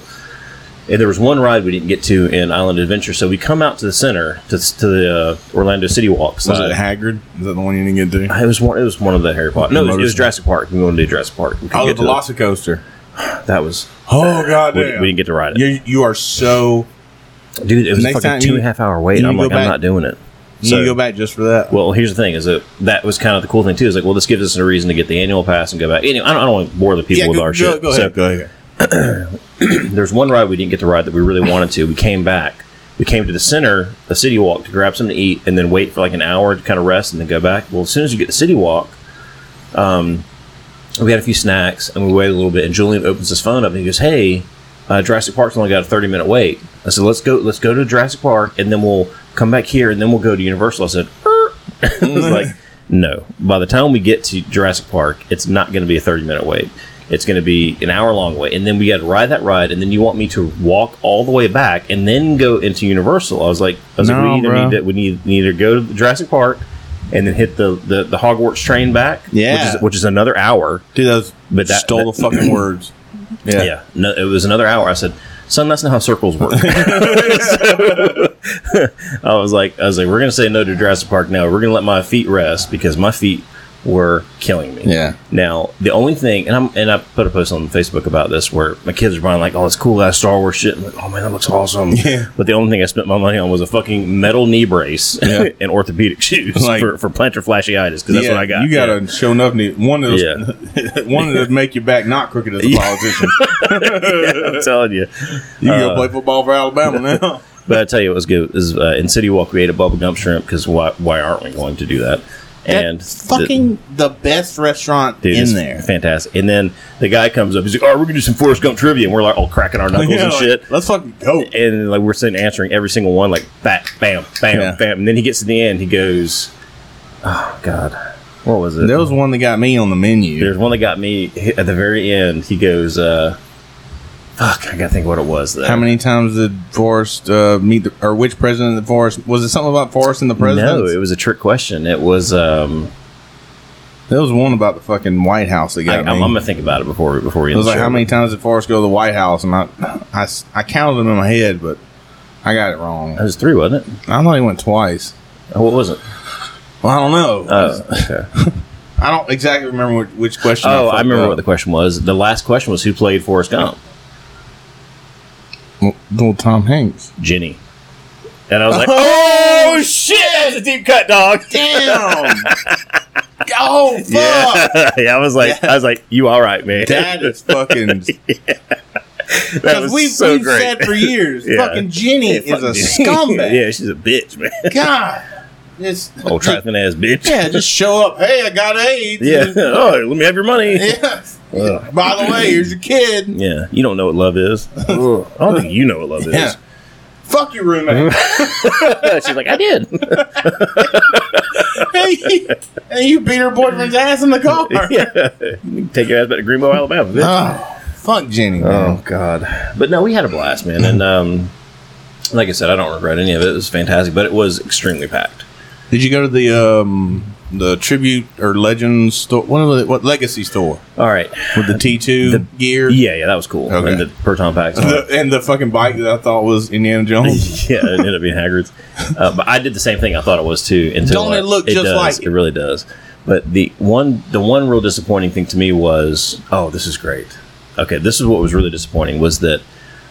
Speaker 2: And there was one ride we didn't get to in Island Adventure, so we come out to the center to, to the uh, Orlando City Walk.
Speaker 5: Was
Speaker 2: side.
Speaker 5: it Haggard? Is that the one you didn't get to?
Speaker 2: It was one. It was one of the Harry Potter. No, it was, it was Jurassic Park. We wanted to do Jurassic Park. We couldn't
Speaker 5: Oh, the
Speaker 2: get to it.
Speaker 5: Velocicoaster.
Speaker 2: That was
Speaker 5: Oh god,
Speaker 2: we, we didn't get to ride it,
Speaker 5: You you are so.
Speaker 2: dude. It was a
Speaker 5: Next
Speaker 2: fucking
Speaker 5: time
Speaker 2: two
Speaker 5: you-
Speaker 2: and a half hour wait.
Speaker 5: you
Speaker 2: I'm
Speaker 5: go
Speaker 2: like, I'm
Speaker 5: back-
Speaker 2: not doing it.
Speaker 5: You
Speaker 2: So-
Speaker 5: need to go back just for that.
Speaker 2: Well, here's the thing: is that that was kind of the cool thing too. Is like, well, this gives us a reason to get the annual pass and go back. Anyway, I don't, I don't want to bore the people
Speaker 5: yeah,
Speaker 2: with
Speaker 5: go,
Speaker 2: our
Speaker 5: go,
Speaker 2: shit.
Speaker 5: go
Speaker 2: So,
Speaker 5: ahead. Go ahead.
Speaker 2: there's one ride we didn't get to ride that we really wanted to. We came back. We came to the center, the city walk, to grab something to eat, and then wait for like an hour to kind of rest and then go back. Well, as soon as you get to city walk, um, we had a few snacks and we waited a little bit. And Julian opens his phone up and he goes, "Hey, uh, Jurassic Park's only got a 30 minute wait." I said, "Let's go. Let's go to Jurassic Park, and then we'll come back here, and then we'll go to Universal." I said, "Er." I was like, "No." By the time we get to Jurassic Park, it's not going to be a 30 minute wait. It's going to be an hour long wait, and then we got to ride that ride, and then you want me to walk all the way back and then go into Universal? I was like, I was like,
Speaker 5: No,
Speaker 2: we either
Speaker 5: bruh.
Speaker 2: need to, we need, need to go to Jurassic Park and then hit the, the, the Hogwarts train back,
Speaker 5: Yeah.
Speaker 2: which is, which is another hour.
Speaker 5: Dude, those
Speaker 2: But that-
Speaker 5: stole
Speaker 2: that-
Speaker 5: the fucking words.
Speaker 2: Yeah. No, it was another hour. I said, son, that's not how circles work. So, I was like, I was like, we're going to say no to Jurassic Park now. We're going to let my feet rest because my feet were killing me.
Speaker 5: Yeah.
Speaker 2: Now, the only thing, and I'm, and I put a post on Facebook about this where my kids are buying like, oh, it's cool that Star Wars shit. I'm like, oh man, that looks awesome.
Speaker 5: Yeah.
Speaker 2: But the only thing I spent my money on was a fucking metal knee brace
Speaker 5: Yeah.
Speaker 2: and orthopedic shoes
Speaker 5: Like-
Speaker 2: for, for plantar fasciitis because that's
Speaker 5: Yeah,
Speaker 2: what I got.
Speaker 5: You got
Speaker 2: Yeah.
Speaker 5: to show enough. Need, one of those, one of those make your back not crooked as a
Speaker 2: Yeah.
Speaker 5: politician.
Speaker 2: I'm telling you.
Speaker 5: You can
Speaker 2: Uh,
Speaker 5: go play football for Alabama now.
Speaker 2: But I tell you, it was good. Is uh, in City Walk we ate a bubble gum shrimp because why? Why aren't we going to do that? And
Speaker 5: That's
Speaker 2: the-
Speaker 5: fucking the, best restaurant
Speaker 2: dude, it's
Speaker 5: in there.
Speaker 2: fantastic. And then the guy comes up. He's like, "All right, we're gonna do some Forrest Gump trivia," and we're like all cracking our knuckles
Speaker 5: Yeah,
Speaker 2: and
Speaker 5: like,
Speaker 2: shit.
Speaker 5: Let's fucking go.
Speaker 2: And like we're sitting answering every single one, like bat, bam, bam,
Speaker 5: Yeah.
Speaker 2: bam. And then he gets to the end. He goes, "Oh God, what was it?"
Speaker 5: There was one that got me on the menu.
Speaker 2: There's one that got me at the very end. He goes, uh, "Fuck, I gotta think what it was." Though.
Speaker 5: How many times did Forrest uh, meet the, or which president did Forrest? Was it something about Forrest and the president?
Speaker 2: No, it was a trick question. It was. um
Speaker 5: there was one about the fucking White House that
Speaker 2: I,
Speaker 5: got
Speaker 2: I'm,
Speaker 5: me.
Speaker 2: I'm gonna think about it before we before we.
Speaker 5: It
Speaker 2: end
Speaker 5: was
Speaker 2: the
Speaker 5: like,
Speaker 2: show.
Speaker 5: how many times did Forrest go to the White House? And I, I s- I counted them in my head, but I got it wrong.
Speaker 2: That was three, wasn't it?
Speaker 5: I thought he went twice.
Speaker 2: Oh, what was it?
Speaker 5: Well, I don't know.
Speaker 2: Oh, okay.
Speaker 5: I don't exactly remember which, which question.
Speaker 2: oh, I remember what the
Speaker 5: the,
Speaker 2: question was. The last question was who played Forrest Gump?
Speaker 5: little Tom Hanks.
Speaker 2: Jenny. And I was like,
Speaker 5: Oh
Speaker 2: shit, that's a deep cut, dog.
Speaker 5: damn! oh fuck!
Speaker 2: Yeah, yeah I was like, I was like, you all right, man?
Speaker 5: That is fucking.
Speaker 2: that
Speaker 5: Because
Speaker 2: was
Speaker 5: we've,
Speaker 2: so
Speaker 5: we've
Speaker 2: great.
Speaker 5: said for years,
Speaker 2: Yeah.
Speaker 5: fucking Jenny is a scumbag.
Speaker 2: yeah, Oh, she's a bitch, man.
Speaker 5: God, just
Speaker 2: Old trifling ass bitch.
Speaker 5: yeah, just show up. Hey, I got AIDS.
Speaker 2: Yeah. Oh, let me have your money.
Speaker 5: Yeah. By the way, here's your kid.
Speaker 2: Yeah, you don't know what love is. I don't think you know what love
Speaker 5: Yeah. Fuck your roommate.
Speaker 2: is. She's like, I did.
Speaker 5: Hey, and you beat her boyfriend's ass in the car.
Speaker 2: yeah. Take your ass back to Greenbow, Alabama. bitch.
Speaker 5: Oh, fuck Jenny. Man.
Speaker 2: Oh God! But no, we had a blast, man, and um, like I said, I don't regret any of it. It was fantastic, but it was extremely packed.
Speaker 5: Did you go to the um the tribute or legends store? One of the what legacy store
Speaker 2: All right,
Speaker 5: with the T two gear?
Speaker 2: yeah, yeah, that was cool.
Speaker 5: Okay.
Speaker 2: And the proton packs, and all
Speaker 5: The- and the fucking bike that I thought was Indiana Jones.
Speaker 2: that. yeah, it ended up being Hagrid's. Uh, but I did the same thing. I thought it was too. Until
Speaker 5: Don't
Speaker 2: I-
Speaker 5: it look just
Speaker 2: does.
Speaker 5: like it?
Speaker 2: it? Really does. But the one, the one real disappointing thing to me was, oh, this is great. Okay, this is what was really disappointing was that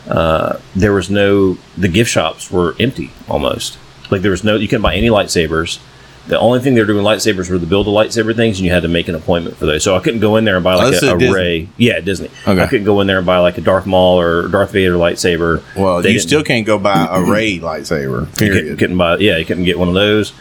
Speaker 2: uh, there was no the gift shops were empty almost. Like there was no you couldn't buy any lightsabers. The only thing they were doing lightsabers were the build a lightsaber things, and you had to make an appointment for those. So I couldn't go in there and buy like
Speaker 5: Oh, this
Speaker 2: a,
Speaker 5: is
Speaker 2: a
Speaker 5: Disney.
Speaker 2: Ray, yeah, Disney.
Speaker 5: Okay.
Speaker 2: I couldn't go in there and buy like a Darth Maul or Darth Vader lightsaber.
Speaker 5: Well,
Speaker 2: They
Speaker 5: you
Speaker 2: didn't-
Speaker 5: still can't go buy a Ray lightsaber.
Speaker 2: you
Speaker 5: Period.
Speaker 2: couldn't, couldn't buy, yeah, you couldn't get one of those.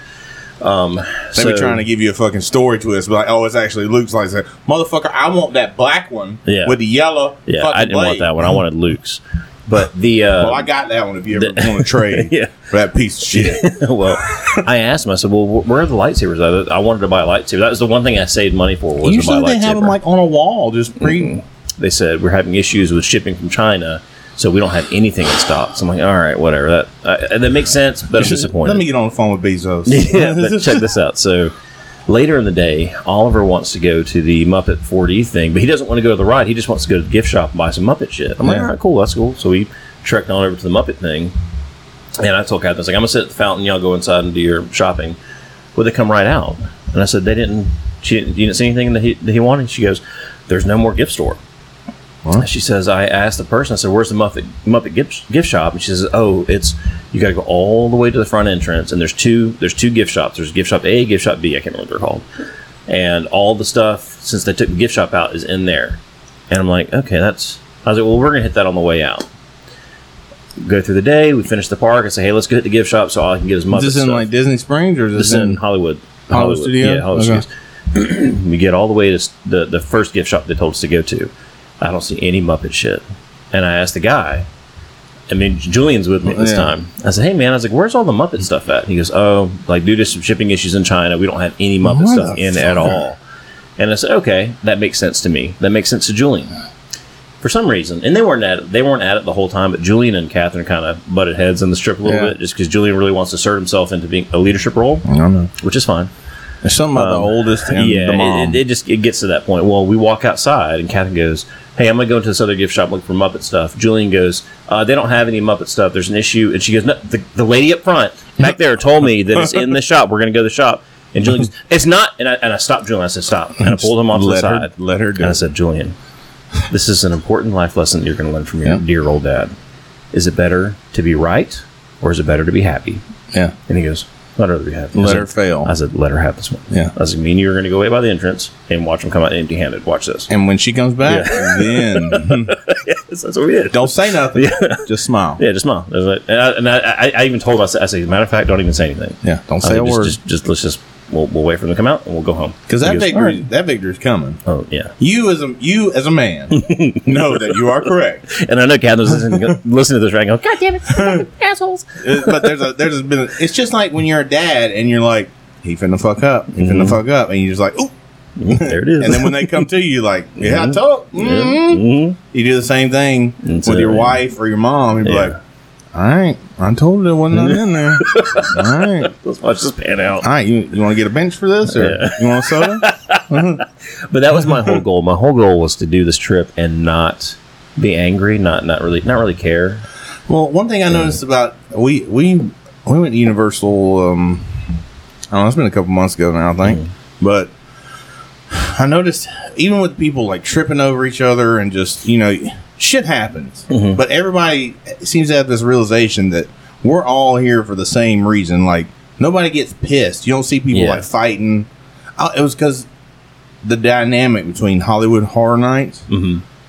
Speaker 2: Um,
Speaker 5: they
Speaker 2: so,
Speaker 5: be trying to give you a fucking story twist, but like, oh, it's actually Luke's lightsaber. Motherfucker, I want that black one
Speaker 2: Yeah.
Speaker 5: with the yellow.
Speaker 2: yeah,
Speaker 5: fucking
Speaker 2: I didn't want
Speaker 5: blade.
Speaker 2: that one. I wanted Luke's, but the uh,
Speaker 5: Well, Oh, I got that one. If you ever want to trade
Speaker 2: Yeah.
Speaker 5: for that piece of shit,
Speaker 2: well, I asked him. I said, "Well, wh- where are the lightsabers?" at?" I wanted to buy a lightsaber. That was the one thing I saved money for. Was to buy a
Speaker 5: usually
Speaker 2: lightsaber.
Speaker 5: they have them like on a wall, just pre.
Speaker 2: they said we're having issues with shipping from China, so we don't have anything in stock. So I'm like, all right, whatever. That uh, and that makes sense, but I'm disappointed.
Speaker 5: Let me get on the phone with Bezos.
Speaker 2: yeah, but check this out. So later in the day, Oliver wants to go to the Muppet 4D thing, but he doesn't want to go to the ride. He just wants to go to the gift shop and buy some Muppet shit. I'm like,
Speaker 5: Yeah.
Speaker 2: all right, cool, that's cool. So we trekked on over to the Muppet thing. And I told Catherine, I was like, I'm going to sit at the fountain. Y'all go inside and do your shopping. Well, they come right out. And I said, they didn't, she didn't, you didn't see anything that he, that he wanted? She goes, there's no more gift store.
Speaker 5: Uh-huh.
Speaker 2: And She says, I asked the person, I said, where's the Muppet, Muppet gift, gift shop? And she says, oh, it's, you got to go all the way to the front entrance. And there's two, there's two gift shops. There's gift shop A, gift shop B. I can't remember what they're called. And all the stuff, since they took the gift shop out, is in there. And I'm like, okay, that's, I was like, well, we're going to hit that on the way out. Go through the day. We finish the park. I say, hey, let's go hit the gift shop so all I can get is Muppet
Speaker 5: Is this in
Speaker 2: stuff.
Speaker 5: like Disney Springs or is
Speaker 2: This
Speaker 5: this
Speaker 2: is in
Speaker 5: in?
Speaker 2: Hollywood.
Speaker 5: Hollywood Studio?
Speaker 2: Yeah, Hollywood
Speaker 5: Okay.
Speaker 2: Studios. we get all the way to s- the, the first gift shop they told us to go to. I don't see any Muppet shit. And I asked the guy, I mean, Julian's with me at this
Speaker 5: Yeah.
Speaker 2: time. I said, hey, man, I was like, where's all the Muppet stuff at? He goes, oh, like, due to some shipping issues in China, we don't have any Muppet
Speaker 5: Motherfucker.
Speaker 2: stuff in at all. And I said, okay, that makes sense to me. That makes sense to Julian. For some reason, and they weren't at it, they weren't at it the whole time, but Julian and Catherine kind of butted heads in the strip a little
Speaker 5: Yeah.
Speaker 2: bit, just because Julian really wants to assert himself into being a leadership role
Speaker 5: I don't know.
Speaker 2: which is fine.
Speaker 5: There's something about the oldest and
Speaker 2: Um, yeah,
Speaker 5: the mom.
Speaker 2: It, it, it just it gets to that point. Well, we walk outside, and Catherine goes, "Hey, I'm gonna go into this other gift shop look for Muppet stuff." Julian goes, uh, "They don't have any Muppet stuff. There's an issue." And she goes, "No, the, the lady up front back there told me that it's in the shop. We're gonna go to the shop." And Julian goes, "It's not." And I, and I stopped Julian. I said, "Stop!" And I pulled him off to the
Speaker 5: Let her-
Speaker 2: side.
Speaker 5: let her do
Speaker 2: And I
Speaker 5: it.
Speaker 2: said, "Julian, this is an important life lesson that you're gonna learn from your
Speaker 5: Yep.
Speaker 2: dear old dad. Is it better to be right, or is it better to be happy?"
Speaker 5: yeah.
Speaker 2: And he goes, I'd rather be happy. I
Speaker 5: Let
Speaker 2: said-
Speaker 5: her fail.
Speaker 2: I said, let her have this one.
Speaker 5: Yeah.
Speaker 2: I was like, me and you are going to go away by the entrance and watch them come out empty handed. Watch this.
Speaker 5: And when she comes back, then
Speaker 2: That's, that's what we did.
Speaker 5: don't say nothing. Just smile.
Speaker 2: Yeah, just smile. I was like- And, I, and I, I, I even told her, I said, I said, as a matter of fact, don't even say anything.
Speaker 5: Yeah, don't
Speaker 2: I was
Speaker 5: say a
Speaker 2: like, just,
Speaker 5: word.
Speaker 2: Just, just, let's just, we'll, we'll wait for them to come out and we'll go home.
Speaker 5: Because
Speaker 2: He
Speaker 5: that
Speaker 2: goes,
Speaker 5: victory,
Speaker 2: "Alright."
Speaker 5: that victory's coming.
Speaker 2: Oh, yeah.
Speaker 5: You as a you as a man know that you are correct,
Speaker 2: And I know Catherine's listening, listening to this right now. God damn
Speaker 5: It- Uh, but there's a there's been. It's just like when you're a dad and you're like, he finna fuck up, he
Speaker 2: Mm-hmm.
Speaker 5: finna fuck up, and you're just like, ooh.
Speaker 2: it. There it is.
Speaker 5: And then when they come to you, you're like, yeah, I told. mhm."
Speaker 2: Mhm.
Speaker 5: You do the same thing
Speaker 2: It's
Speaker 5: with
Speaker 2: a-
Speaker 5: your wife or your mom. You'd be
Speaker 2: Yeah.
Speaker 5: like, all right, I told you there wasn't nothing in there. All right.
Speaker 2: Let's watch this pan out.
Speaker 5: All right, you, you want to get a bench for this, or
Speaker 2: Yeah.
Speaker 5: you want a soda?
Speaker 2: But that was my whole goal. My whole goal was to do this trip and not be angry, not not really not really care.
Speaker 5: well, one thing I noticed about we we we went to Universal. Um, I don't know. It's been a couple months ago now, I think.
Speaker 2: Mm.
Speaker 5: But I noticed even with people like tripping over each other and just you know shit happens.
Speaker 2: Mm-hmm.
Speaker 5: But everybody seems to have this realization that we're all here for the same reason. Like nobody gets pissed. You don't see people
Speaker 2: Yeah.
Speaker 5: like fighting. I, it was because the dynamic between Hollywood Horror Nights,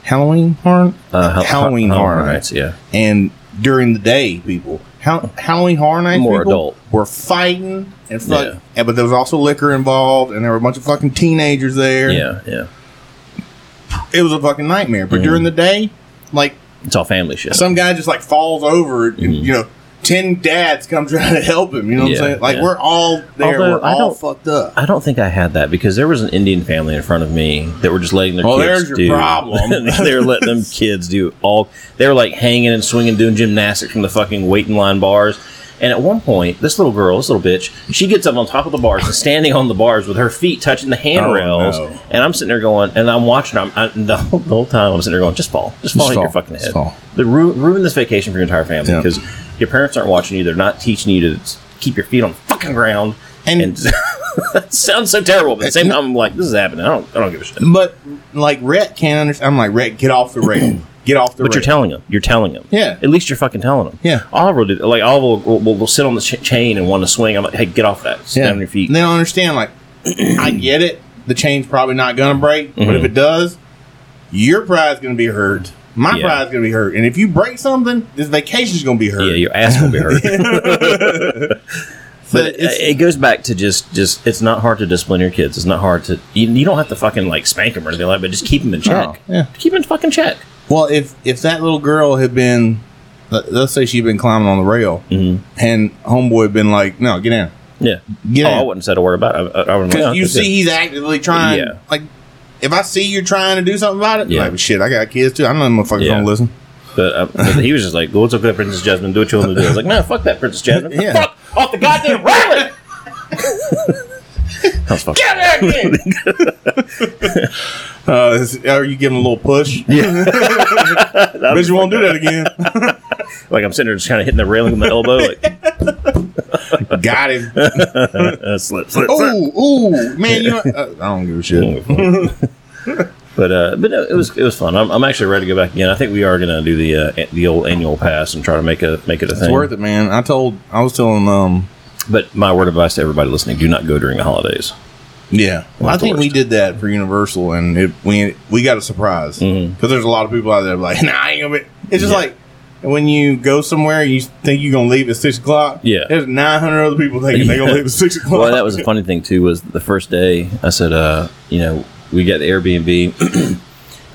Speaker 5: Halloween Horror,
Speaker 2: Hal-
Speaker 5: Halloween
Speaker 2: Hal-
Speaker 5: Horror
Speaker 2: Horror
Speaker 5: Nights,
Speaker 2: Nights, yeah.
Speaker 5: and during the day, people. Hal- Halloween Horror Nights
Speaker 2: More
Speaker 5: people
Speaker 2: adult.
Speaker 5: were fighting and fuck,
Speaker 2: Yeah.
Speaker 5: and- but there was also liquor involved, and there were a bunch of fucking teenagers there.
Speaker 2: Yeah, yeah.
Speaker 5: It was a fucking nightmare. But
Speaker 2: Mm.
Speaker 5: during the day, like
Speaker 2: It's all family shit.
Speaker 5: some guy just like falls over, and, you know, ten dads come trying to help him. You know what
Speaker 2: Mm-hmm. Yeah,
Speaker 5: I'm saying? Like
Speaker 2: yeah.
Speaker 5: we're all there,
Speaker 2: Although,
Speaker 5: we're
Speaker 2: I
Speaker 5: all
Speaker 2: don't-
Speaker 5: fucked up.
Speaker 2: I don't think I had that because there was an Indian family in front of me that were just letting their
Speaker 5: Well,
Speaker 2: kids
Speaker 5: Oh, there's your
Speaker 2: do.
Speaker 5: problem.
Speaker 2: they were letting them kids do all. They were like hanging and swinging, doing gymnastics from the fucking waiting line bars. And at one point, this little girl, this little bitch, she gets up on top of the bars and standing on the bars with her feet touching the handrails.
Speaker 5: Oh, no.
Speaker 2: And I'm sitting there going, and I'm watching. her. I'm, I, the, whole, the whole time I'm sitting there going, just fall, just fall
Speaker 5: Just
Speaker 2: on your
Speaker 5: fall.
Speaker 2: fucking
Speaker 5: Just
Speaker 2: head.
Speaker 5: fall.
Speaker 2: The ru- ruin this vacation for your entire family
Speaker 5: Yeah.
Speaker 2: because your parents aren't watching you. They're not teaching you to s- keep your feet on the fucking ground.
Speaker 5: And-
Speaker 2: that sounds so terrible, but at the same time, I'm like, this is happening. I don't, I don't give a shit.
Speaker 5: But like Rhett can't understand. I'm like Rhett, get off the rail, get off the.
Speaker 2: But
Speaker 5: rail.
Speaker 2: you're telling him. You're telling him.
Speaker 5: Yeah.
Speaker 2: At least you're fucking telling him.
Speaker 5: Yeah.
Speaker 2: Oliver will do like Oliver will, will, will, sit on the ch- chain and want to swing. I'm like, hey, get off that. Stand on your feet.
Speaker 5: And they don't understand. Like, I get it. The chain's probably not going to break, but
Speaker 2: Mm-hmm.
Speaker 5: if it does, your pride's going to be hurt. My
Speaker 2: Yeah.
Speaker 5: pride's going to be hurt. And if you break something, this vacation's going to be hurt.
Speaker 2: Yeah, your ass will be hurt.
Speaker 5: but
Speaker 2: But
Speaker 5: it's,
Speaker 2: it, it goes back to just, just it's not hard to discipline your kids. It's not hard to you, you don't have to fucking like spank them or anything like that, but just keep them in check.
Speaker 5: No, yeah.
Speaker 2: Keep them in fucking check.
Speaker 5: well, if if that little girl had been, let- let's say she'd been climbing on the rail, and homeboy had been like, "No, get in,"
Speaker 2: Yeah.
Speaker 5: Yeah.
Speaker 2: Oh, I wouldn't have said a word about it. I, I, I wouldn't.
Speaker 5: because
Speaker 2: yeah,
Speaker 5: you
Speaker 2: that's it.
Speaker 5: see he's actively trying.
Speaker 2: Yeah.
Speaker 5: Like, if I see you're trying to do something about it,
Speaker 2: Yeah.
Speaker 5: like shit, I got kids too. I know them motherfuckers
Speaker 2: Yeah.
Speaker 5: don't listen.
Speaker 2: But, uh, but he was just like, "Well, it's okay, Princess Jasmine. Do what you want to do." I was like, "No, fuck that, Princess Jasmine.
Speaker 5: Yeah.
Speaker 2: Fuck off the goddamn railing." I was fucking-
Speaker 5: Uh, is- are you giving a little push? Yeah. Bitch, you won't do that again.
Speaker 2: like I'm sitting there just kind of hitting the railing with my elbow. Like,
Speaker 5: Got him.
Speaker 2: uh, slip, slip, slip.
Speaker 5: Ooh, ooh, man, you. Know, uh, I don't give a shit.
Speaker 2: But uh, but no, it was it was fun. I'm, I'm actually ready to go back again. I think we are going to do the uh, a- the old annual pass and try to make a make it a
Speaker 5: It's
Speaker 2: thing.
Speaker 5: worth it, man. I told, I was telling, um,
Speaker 2: But my word of advice to everybody listening: do not go during the holidays.
Speaker 5: yeah, I think
Speaker 2: forced.
Speaker 5: we did that for Universal, and it, we we got a surprise because
Speaker 2: Mm-hmm.
Speaker 5: there's a lot of people out there like, nah, I ain't gonna. Be. It's just like when you go somewhere, you think you're gonna leave at six o'clock.
Speaker 2: Yeah.
Speaker 5: there's 900 other people thinking they're gonna leave at six o'clock.
Speaker 2: Well, that was a funny thing too. Was the first day I said, uh, you know, we got the Airbnb,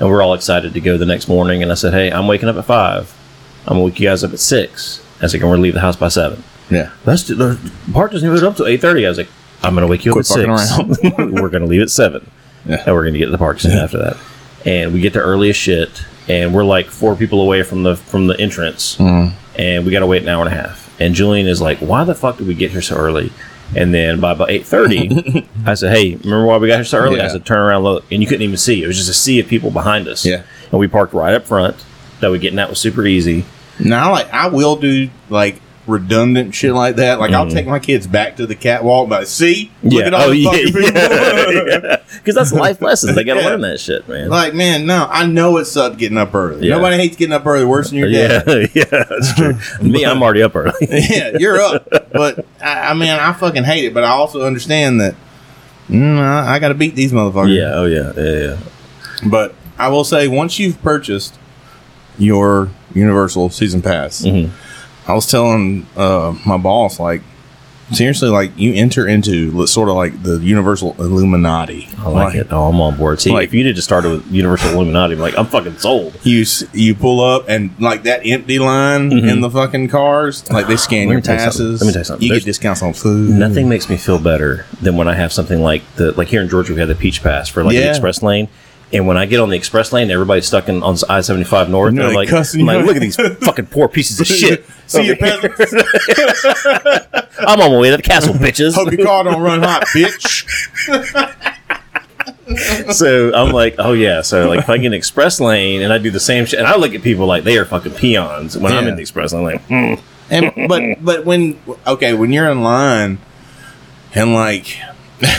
Speaker 2: and we're all excited to go the next morning. And I said, hey, I'm waking up at five. I'm gonna wake you guys up at six. I said, and we're gonna leave the house by seven.
Speaker 5: yeah.
Speaker 2: That's the part doesn't even up till eight thirty. I was like, I'm gonna wake you
Speaker 5: Quit
Speaker 2: up
Speaker 5: fucking
Speaker 2: at six. we're gonna leave at seven,
Speaker 5: Yeah.
Speaker 2: and we're gonna get to the park soon after that. And we get there early as shit, and we're like four people away from the from the entrance,
Speaker 5: Mm-hmm.
Speaker 2: and we gotta wait an hour and a half. And Julian is like, "Why the fuck did we get here so early?" And then by about eight thirty, I said, "Hey, remember why we got here so early?" I
Speaker 5: Yeah.
Speaker 2: said, "Turn around, look," and you couldn't even see. It was just a sea of people behind us.
Speaker 5: Yeah.
Speaker 2: and we parked right up front. That we getting out was super easy.
Speaker 5: Now, like, I will do like redundant shit like that. Like,
Speaker 2: Mm-hmm.
Speaker 5: I'll take my kids back to the catwalk, but see, look at all the fucking people.
Speaker 2: Oh, Because that's life lessons. They got to
Speaker 5: Yeah.
Speaker 2: learn that shit, man.
Speaker 5: Like, man, no, I know it sucked getting up early.
Speaker 2: Yeah.
Speaker 5: Nobody hates getting up early worse than your
Speaker 2: yeah,
Speaker 5: dad.
Speaker 2: yeah, that's true. Me, I'm already up early.
Speaker 5: yeah, you're up. But I, I mean, I fucking hate it. But I also understand that mm, I, I got to beat these motherfuckers.
Speaker 2: yeah, oh yeah, yeah,
Speaker 5: But I will say, once you've purchased your Universal season pass,
Speaker 2: Mm-hmm.
Speaker 5: I was telling uh, my boss like. Seriously, like you enter into li- sort of like the universal Illuminati.
Speaker 2: I like, it. Oh, I'm on board. See,
Speaker 5: Like-
Speaker 2: if you did just started with Universal Illuminati, I'm like, I'm fucking sold.
Speaker 5: you s- you pull up and like that empty line in the fucking cars, like they
Speaker 2: Mm-hmm. Let
Speaker 5: scan
Speaker 2: me
Speaker 5: your
Speaker 2: tell you something.
Speaker 5: passes.
Speaker 2: Let me tell you something.
Speaker 5: You
Speaker 2: There's-
Speaker 5: get discounts on food.
Speaker 2: Nothing makes me feel better than when I have something like the like here in Georgia we had the Peach Pass for like the
Speaker 5: Yeah.
Speaker 2: express lane. And when I get on the express lane, everybody's stuck in on I seventy five north. And
Speaker 5: They're,
Speaker 2: I'm
Speaker 5: like,
Speaker 2: like,
Speaker 5: cussing
Speaker 2: I'm
Speaker 5: you
Speaker 2: like,
Speaker 5: out.
Speaker 2: look at these fucking poor pieces of shit.
Speaker 5: See your
Speaker 2: Over here.
Speaker 5: peasants.
Speaker 2: I'm on my way to the castle, bitches.
Speaker 5: Hope your car don't run hot, bitch.
Speaker 2: so I'm like, oh yeah. So like, if I get an express lane and I do the same shit, and I look at people like they are fucking peons when I'm
Speaker 5: Yeah.
Speaker 2: in the express lane, like, mm.
Speaker 5: And but but when okay, when you're in line and like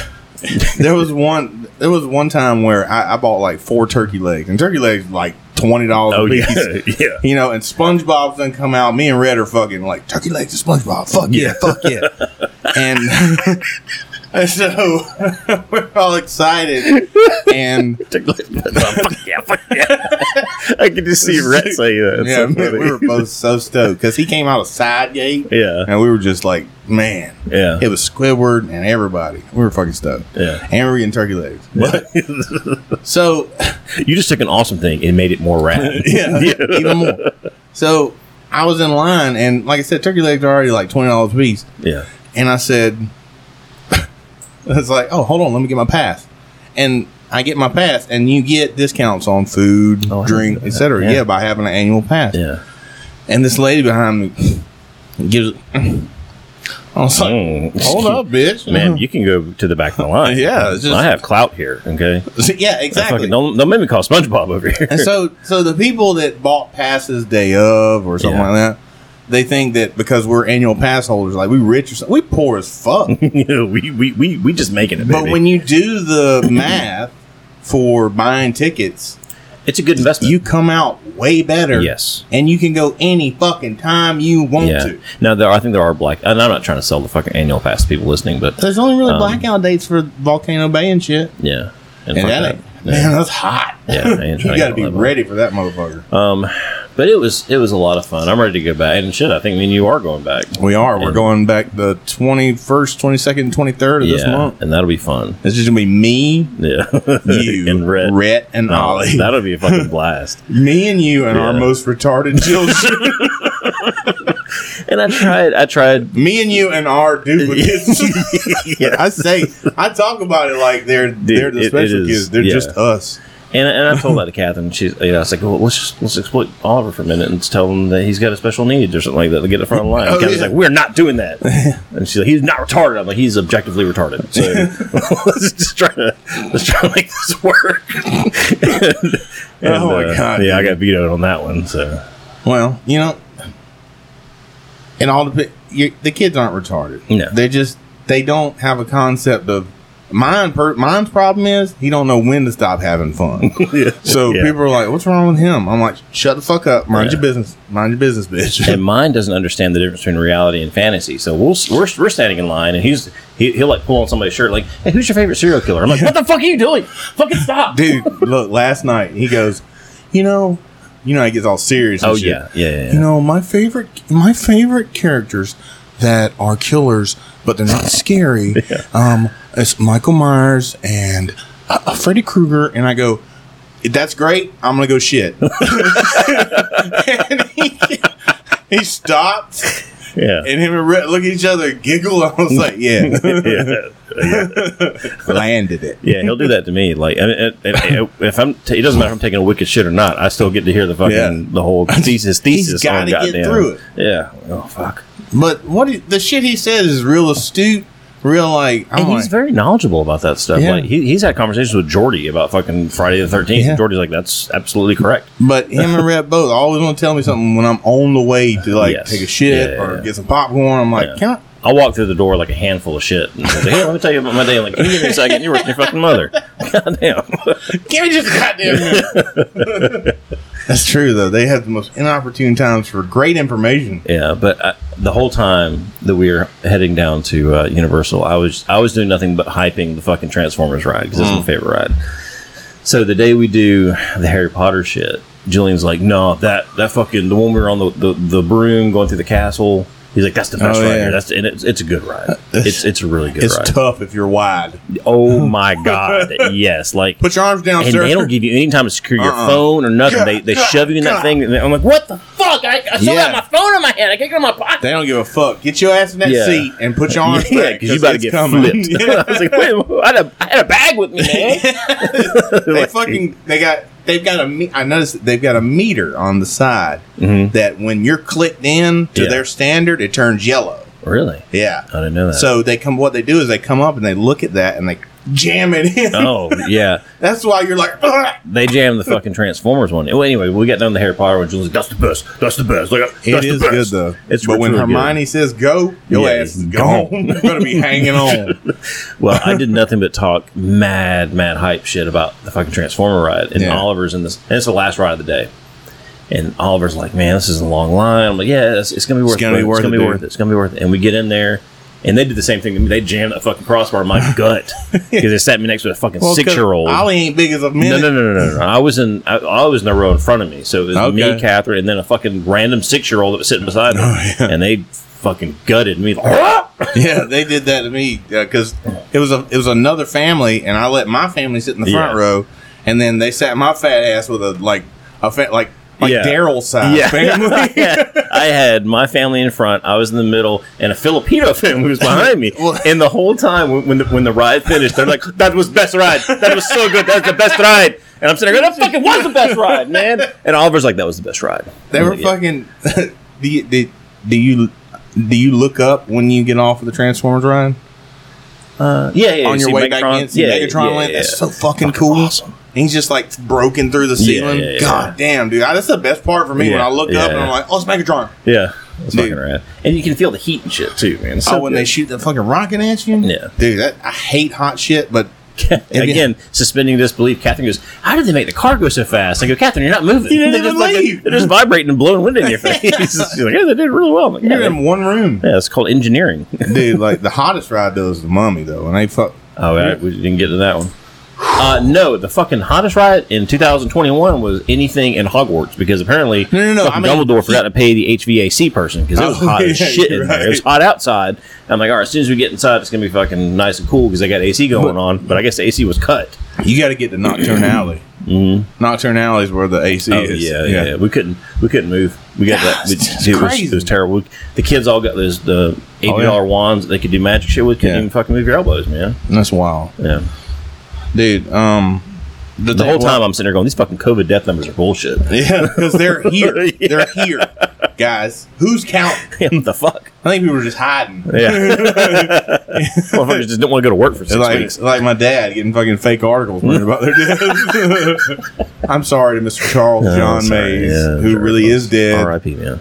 Speaker 5: there was one there was one time where I, I bought like four turkey legs and turkey legs like twenty dollars
Speaker 2: oh
Speaker 5: a piece.
Speaker 2: yeah, yeah.
Speaker 5: You know, and SpongeBob's done come out. Me and Red are fucking like turkey legs and SpongeBob. Fuck yeah, fuck yeah. and, and so we're all excited, and
Speaker 2: fuck yeah, fuck yeah. I can just see Rhett say that. It's
Speaker 5: yeah,
Speaker 2: so
Speaker 5: man, we
Speaker 2: funny.
Speaker 5: were both so stoked because he came out of side gate,
Speaker 2: yeah,
Speaker 5: and we were just like, man,
Speaker 2: yeah,
Speaker 5: it was Squidward and everybody. We were fucking stoked,
Speaker 2: yeah.
Speaker 5: and we were getting turkey legs. But so
Speaker 2: You just took an awesome thing and made it more rad.
Speaker 5: yeah, even more. So I was in line, and like I said, turkey legs are already like twenty dollars a piece.
Speaker 2: yeah.
Speaker 5: And I said, I was like, oh, hold on, let me get my pass. And I get my pass, and you get discounts on food,
Speaker 2: Oh, I
Speaker 5: drink,
Speaker 2: didn't know that.
Speaker 5: etc.
Speaker 2: Yeah.
Speaker 5: Yeah. by having an annual pass.
Speaker 2: yeah.
Speaker 5: And this lady behind me gives. I was like,
Speaker 2: Mm.
Speaker 5: hold up, bitch,
Speaker 2: Man, you can go to the back of the line.
Speaker 5: Yeah, it's just-
Speaker 2: I have clout here. Okay,
Speaker 5: yeah,
Speaker 2: I
Speaker 5: exactly.
Speaker 2: fucking, don't don't make me call SpongeBob over here.
Speaker 5: And so, so the people that bought passes day of or something
Speaker 2: Yeah.
Speaker 5: like that, they think that because we're annual pass holders, like we rich or something, we poor as fuck.
Speaker 2: you know, we, we we we just making it.
Speaker 5: but
Speaker 2: baby.
Speaker 5: when you do the math for buying tickets,
Speaker 2: it's a good investment,
Speaker 5: you come out way better.
Speaker 2: Yes.
Speaker 5: And you can go any fucking time you want
Speaker 2: yeah.
Speaker 5: to.
Speaker 2: Now there, I think there are black, and I'm not trying to sell the fucking annual pass to people listening, but
Speaker 5: There's only really
Speaker 2: Um,
Speaker 5: blackout dates for Volcano Bay and shit.
Speaker 2: yeah,
Speaker 5: And
Speaker 2: fuck
Speaker 5: that,
Speaker 2: that.
Speaker 5: ain't, man, that's hot.
Speaker 2: Yeah, I ain't trying
Speaker 5: you
Speaker 2: to
Speaker 5: got to
Speaker 2: get
Speaker 5: be
Speaker 2: all that.
Speaker 5: ready for that motherfucker.
Speaker 2: Um, but it was it was a lot of fun. I'm ready to go back and shit. I think me and you are going back.
Speaker 5: we are.
Speaker 2: yeah.
Speaker 5: We're going back the 21st, 22nd, 23rd of this
Speaker 2: Yeah,
Speaker 5: month.
Speaker 2: and that'll be fun.
Speaker 5: It's just gonna be me,
Speaker 2: Yeah,
Speaker 5: you,
Speaker 2: and Red.
Speaker 5: Rhett and
Speaker 2: Oh,
Speaker 5: Ollie.
Speaker 2: that'll be a fucking blast.
Speaker 5: me and you and our
Speaker 2: Yeah.
Speaker 5: most retarded children.
Speaker 2: And I tried, I tried.
Speaker 5: me and you and our duplicates. I say, I talk about it like they're they're
Speaker 2: it-
Speaker 5: the
Speaker 2: it
Speaker 5: special
Speaker 2: is-
Speaker 5: kids. They're
Speaker 2: yeah.
Speaker 5: just us.
Speaker 2: And, and I told that to Catherine. She's, you know, I was like, well, let's just let's exploit Oliver for a minute and just tell him that he's got a special need or something like that to get the front line.
Speaker 5: Oh,
Speaker 2: Catherine's
Speaker 5: yeah.
Speaker 2: like, we're not doing that. and she's like, he's not retarded. I'm like, he's objectively retarded. So let's just try to let's try to make this work. And, uh,
Speaker 5: Oh, my God,
Speaker 2: Yeah, I
Speaker 5: dude.
Speaker 2: got vetoed on that one. So
Speaker 5: Well, you know, and all the you, the kids aren't retarded.
Speaker 2: No.
Speaker 5: they just they don't have a concept of mine. Per, mine's problem is he don't know when to stop having fun. So
Speaker 2: Yeah.
Speaker 5: people are like, "What's wrong with him?" I'm like, "Shut the fuck up, mind
Speaker 2: Yeah.
Speaker 5: your business, mind your business, bitch."
Speaker 2: and mine doesn't understand the difference between reality and fantasy. So we'll, we're we're standing in line, and he's he, he'll like pull on somebody's shirt, like, "Hey, who's your favorite serial killer?" I'm like, "What the fuck are you doing? Fucking stop!"
Speaker 5: Dude, look, last night he goes, "You know, you know," he gets all serious. And
Speaker 2: Oh
Speaker 5: shit.
Speaker 2: yeah, yeah, yeah,
Speaker 5: You
Speaker 2: yeah.
Speaker 5: know, my favorite my favorite characters that are killers, but they're not scary. Um, it's Michael Myers and uh, uh, Freddy Krueger, and I go, "That's great. I'm gonna go shit." and he, he stopped,
Speaker 2: yeah.
Speaker 5: and him and Rhett look at each other, giggle. I was like, "Yeah,
Speaker 2: yeah,
Speaker 5: landed it."
Speaker 2: yeah, he'll do that to me. Like, I mean, it- it- if I'm, t- it doesn't matter if I'm taking a wicked shit or not. I still get to hear the fucking
Speaker 5: Yeah.
Speaker 2: the whole thesis. Thesis.
Speaker 5: gotta
Speaker 2: on
Speaker 5: get
Speaker 2: goddamn-
Speaker 5: through it.
Speaker 2: Yeah. Oh fuck.
Speaker 5: But what he, the shit he says is real astute, real like. I'm
Speaker 2: and
Speaker 5: like,
Speaker 2: he's very knowledgeable about that stuff.
Speaker 5: Yeah.
Speaker 2: Like he, he's had conversations with Jordy about fucking Friday the Thirteenth.
Speaker 5: Yeah.
Speaker 2: and Jordy's like, "That's absolutely correct."
Speaker 5: But him and Rhett both always want to tell me something when I'm on the way to like
Speaker 2: Yes.
Speaker 5: take a shit
Speaker 2: Yeah,
Speaker 5: or
Speaker 2: yeah.
Speaker 5: get some popcorn. I'm like,
Speaker 2: Yeah.
Speaker 5: can I?
Speaker 2: I walk through the door like a handful of shit. And I was like, hey, let me tell you about my day. I'm like, give me a second. You're with your fucking mother. Goddamn.
Speaker 5: Give me just a goddamn minute. That's true though. They have the most inopportune times for great information.
Speaker 2: Yeah, but I, the whole time that we were heading down to uh, Universal, I was I was doing nothing but hyping the fucking Transformers ride because
Speaker 5: Mm.
Speaker 2: it's my favorite ride. So the day we do the Harry Potter shit, Jillian's like, "No, that that fucking the one we were on the the, the broom going through the castle." He's like, "That's the best
Speaker 5: Oh,
Speaker 2: ride.
Speaker 5: yeah.
Speaker 2: Here. That's and it's, it's a good ride.
Speaker 5: It's-
Speaker 2: It's it's a really good
Speaker 5: it's
Speaker 2: ride.
Speaker 5: tough if you're wide.
Speaker 2: oh my god, yes! Like
Speaker 5: Put your arms down,
Speaker 2: and
Speaker 5: sir.
Speaker 2: they don't give you any time to secure your
Speaker 5: Uh-uh.
Speaker 2: phone or nothing. they they shove you in that thing. And I'm like, what the?
Speaker 6: Fuck! I, I still
Speaker 5: Yeah.
Speaker 6: have my phone in my hand. I can't get it in my pocket.
Speaker 5: They don't give a fuck. Get your ass in that
Speaker 2: Yeah.
Speaker 5: seat and put your arms
Speaker 2: yeah,
Speaker 5: back
Speaker 2: because you about to
Speaker 5: it's
Speaker 2: get
Speaker 5: coming.
Speaker 2: flipped. I was like, wait, I had a, I had a bag with me, man.
Speaker 5: they
Speaker 2: Like,
Speaker 5: fucking they got they've got a me- I noticed that they've got a meter on the side
Speaker 2: Mhm.
Speaker 5: that when you're clicked in to
Speaker 2: Yeah.
Speaker 5: their standard, it turns yellow.
Speaker 2: Really?
Speaker 5: Yeah.
Speaker 2: I didn't know that.
Speaker 5: So they come. What they do is they come up and they look at that and they jam it in.
Speaker 2: oh yeah,
Speaker 5: That's why you're like, "Ugh."
Speaker 2: they jammed the fucking Transformers one. Well, anyway, we got down to the Harry Potter one. Julie's like, that's the best. That's the best. Like, that's
Speaker 5: it
Speaker 2: the
Speaker 5: is
Speaker 2: best.
Speaker 5: good though.
Speaker 2: It's
Speaker 5: but
Speaker 2: it's
Speaker 5: when
Speaker 2: really good.
Speaker 5: Hermione says go, your
Speaker 2: Yeah,
Speaker 5: ass is
Speaker 2: gone.
Speaker 5: gone. you're gonna be hanging on.
Speaker 2: Well, I did nothing but talk mad, mad hype shit about the fucking Transformer ride. And
Speaker 5: Yeah.
Speaker 2: Oliver's in this, and it's the last ride of the day. And Oliver's like, man, this is a long line. I'm like, yeah, it's, it's going to be worth
Speaker 5: gonna
Speaker 2: it.
Speaker 5: be
Speaker 2: bro.
Speaker 5: worth
Speaker 2: it's going
Speaker 5: it,
Speaker 2: to be
Speaker 5: dude."
Speaker 2: worth it. It's going to be worth it. And we get in there, and they did the same thing to me. They jammed that fucking crossbar in my gut because they sat me next to a fucking six year old.
Speaker 5: Ollie ain't big as a
Speaker 2: No,
Speaker 5: minute.
Speaker 2: no, no, no, no, no. I was in, I, I was in the row in front of me. So it was me,
Speaker 5: Okay.
Speaker 2: Catherine, and then a fucking random six year old that was sitting beside me.
Speaker 5: Oh, yeah.
Speaker 2: And they fucking gutted me. Like,
Speaker 5: Yeah, they did that to me because it was a it was another family, and I let my family sit in the front
Speaker 2: Yeah.
Speaker 5: row, and then they sat my fat ass with a like a fat like like
Speaker 2: Yeah.
Speaker 5: Daryl size
Speaker 2: Yeah.
Speaker 5: family.
Speaker 2: I had my family in front, I was in the middle, and a Filipino family was behind me. and the whole time, when, when, the, when the ride finished, they're like, "That was best ride. That was so good. That was the best ride." And I'm sitting there, going, "That fucking was the best ride, man." And Oliver's like, "That was the best ride."
Speaker 5: They
Speaker 2: I'm
Speaker 5: were
Speaker 2: like,
Speaker 5: fucking. do, you, do, do you do you look up when you get off of the Transformers ride
Speaker 2: "Yeah, yeah, yeah,
Speaker 5: on
Speaker 2: you
Speaker 5: your
Speaker 2: see
Speaker 5: way
Speaker 2: Megatron?
Speaker 5: back in? See Megatron land? That's so fucking, cool.
Speaker 2: awesome.
Speaker 5: And he's just like broken through the
Speaker 2: Yeah,
Speaker 5: ceiling.
Speaker 2: yeah, yeah.
Speaker 5: God damn, dude, I, that's the best part for me when
Speaker 2: Yeah,
Speaker 5: I look
Speaker 2: yeah,
Speaker 5: up and I'm
Speaker 2: yeah.
Speaker 5: like, oh, it's Megatron.
Speaker 2: Yeah, it's
Speaker 5: Dude.
Speaker 2: fucking rad. And you can feel the heat and shit too, man. It's so
Speaker 5: oh, when
Speaker 2: good.
Speaker 5: they shoot the fucking rocket at you,
Speaker 2: Yeah.
Speaker 5: dude, that, I hate hot shit, but
Speaker 2: And again, suspending disbelief. Catherine goes, "How did they make the car go so fast?" I go, "Catherine, you're not moving. You
Speaker 5: didn't
Speaker 2: they're
Speaker 5: even
Speaker 2: just fucking-
Speaker 5: leave."
Speaker 2: they're just vibrating and blowing wind in your face." She's like, "Yeah, they did really well." I'm like, yeah,
Speaker 5: you're
Speaker 2: they-
Speaker 5: in one room,
Speaker 2: yeah, it's called engineering.
Speaker 5: dude. Like the hottest ride though is the Mummy though, and they fuck.
Speaker 2: oh, yeah, we didn't get to that one. Uh, no, the fucking hottest ride in 2021 was anything in Hogwarts because apparently
Speaker 5: No, no, no,
Speaker 2: fucking
Speaker 5: I mean-
Speaker 2: Dumbledore forgot to pay the HVAC person because it was
Speaker 5: Oh,
Speaker 2: hot as
Speaker 5: yeah,
Speaker 2: shit
Speaker 5: you're
Speaker 2: in there. It was
Speaker 5: right.
Speaker 2: hot outside. I'm like, all right, as soon as we get inside, it's gonna be fucking nice and cool because they got AC going on. But I guess the AC was cut.
Speaker 5: You got to get to Nocturne Alley. Nocturne Alley is where the AC
Speaker 2: Mm-hmm. Oh,
Speaker 5: is.
Speaker 2: yeah, yeah, yeah. We couldn't, we couldn't move. We got that. We,
Speaker 5: It's
Speaker 2: it, was, it
Speaker 5: crazy. Oh,
Speaker 2: was terrible. We- the kids all got those the eighty
Speaker 5: yeah.
Speaker 2: dollar wands that they could do magic shit with. Couldn't
Speaker 5: Yeah.
Speaker 2: even fucking move your elbows, man.
Speaker 5: that's wild.
Speaker 2: Yeah.
Speaker 5: dude. Um,
Speaker 2: The whole time I'm sitting there going, these fucking COVID death numbers are bullshit.
Speaker 5: yeah, because they're here.
Speaker 2: Yeah.
Speaker 5: They're here.
Speaker 2: Yeah.
Speaker 5: guys. Who's counting?
Speaker 2: what the fuck?
Speaker 5: I think people were just hiding.
Speaker 2: Yeah. Motherfuckers just didn't want to go to work for six
Speaker 5: It's like,
Speaker 2: weeks.
Speaker 5: it's like my dad getting fucking fake articles written about their deaths. I'm sorry to Mr. Charles
Speaker 2: Oh,
Speaker 5: John
Speaker 2: sorry.
Speaker 5: Mays,
Speaker 2: Yeah,
Speaker 5: who
Speaker 2: sure.
Speaker 5: really is dead.
Speaker 2: R.I.P. Man.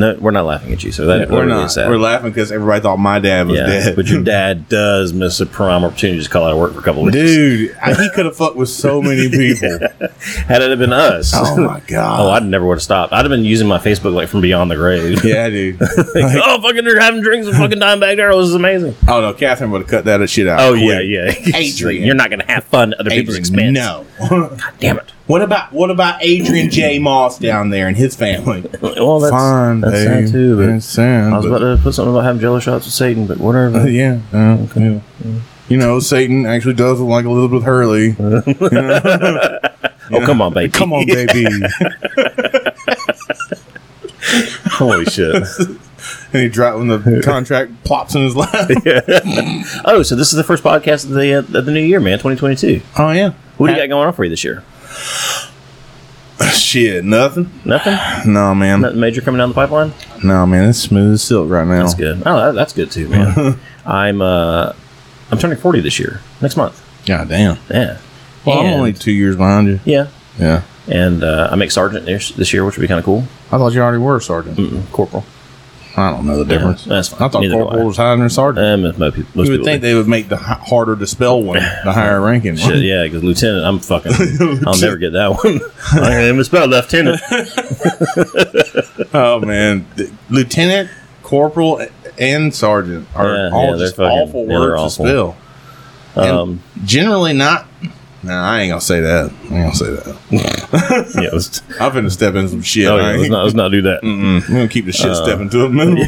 Speaker 2: no, we're not laughing at you, so that
Speaker 5: We're
Speaker 2: already
Speaker 5: not.
Speaker 2: is sad.
Speaker 5: We're laughing because everybody thought my dad was
Speaker 2: yeah,
Speaker 5: dead.
Speaker 2: but your dad does miss a prime opportunity to just call out of work for a couple of weeks.
Speaker 5: Dude, I, he could have fucked with so many people.
Speaker 2: Had it have been us,
Speaker 5: Oh my
Speaker 2: oh,
Speaker 5: god.
Speaker 2: I'd never would have stopped. I'd have been using my Facebook like from beyond the grave.
Speaker 5: yeah, dude.
Speaker 2: Like, oh, fucking, they're having drinks and fucking dying back there. This is amazing.
Speaker 5: Oh no, Catherine would have cut that shit out.
Speaker 2: Oh
Speaker 5: quick.
Speaker 2: yeah, yeah.
Speaker 5: Adrian.
Speaker 2: you're not gonna have fun at other people's
Speaker 5: Adrian,
Speaker 2: expense.
Speaker 5: no.
Speaker 2: damn it.
Speaker 5: what about what about Adrian J. Moss down there and his family?
Speaker 2: Well, that's that's sad too. But
Speaker 5: sad,
Speaker 2: I was about to put something about having jello shots with Satan, but whatever.
Speaker 5: yeah, yeah, yeah. You know, Satan actually does look like Elizabeth Hurley.
Speaker 2: Oh, come on, baby.
Speaker 5: Come on, baby. and
Speaker 2: Holy shit.
Speaker 5: he dropped when the contract plops in his lap.
Speaker 2: oh, so this is the first podcast of the, uh, of the new year, man, 2022.
Speaker 5: oh yeah.
Speaker 2: What do you got going on for you this year?
Speaker 5: Shit, nothing.
Speaker 2: Nothing?
Speaker 5: No man.
Speaker 2: Nothing major coming down the pipeline?
Speaker 5: No man, it's smooth as silk right now.
Speaker 2: That's good. Oh, that, that's good too, man. I'm uh, I'm turning 40 this year, next month.
Speaker 5: God damn.
Speaker 2: Yeah.
Speaker 5: Well, I'm
Speaker 2: And-
Speaker 5: only two years behind you.
Speaker 2: Yeah.
Speaker 5: Yeah.
Speaker 2: And uh, I make sergeant this, this year, which would be kind of cool.
Speaker 5: I thought you already were a sergeant.
Speaker 2: Mm, corporal.
Speaker 5: I don't know the difference.
Speaker 2: that's fine.
Speaker 5: I thought
Speaker 2: Neither do
Speaker 5: corporal
Speaker 2: I.
Speaker 5: was higher than sergeant.
Speaker 2: Um, most people, most
Speaker 5: you would
Speaker 2: people
Speaker 5: think
Speaker 2: do.
Speaker 5: they would make the hi- harder to spell one, the higher ranking one.
Speaker 2: Shit, yeah, because lieutenant, I'm fucking. I'll never get that one. I can't even spell lieutenant.
Speaker 5: Oh man, The- lieutenant, corporal, and sergeant are
Speaker 2: Yeah, yeah,
Speaker 5: all
Speaker 2: they're
Speaker 5: just
Speaker 2: fucking-
Speaker 5: awful
Speaker 2: yeah, they're
Speaker 5: words
Speaker 2: awful.
Speaker 5: to spell. And
Speaker 2: Um,
Speaker 5: generally not. Nah, I ain't gonna say that. I ain't gonna say that.
Speaker 2: yeah, let's,
Speaker 5: I'm finna step in some shit.
Speaker 2: oh,
Speaker 5: I
Speaker 2: yeah, let's,
Speaker 5: ain't-
Speaker 2: not, Uh, let's not do that.
Speaker 5: Mm-mm. We're gonna keep the shit stepping to a minimum.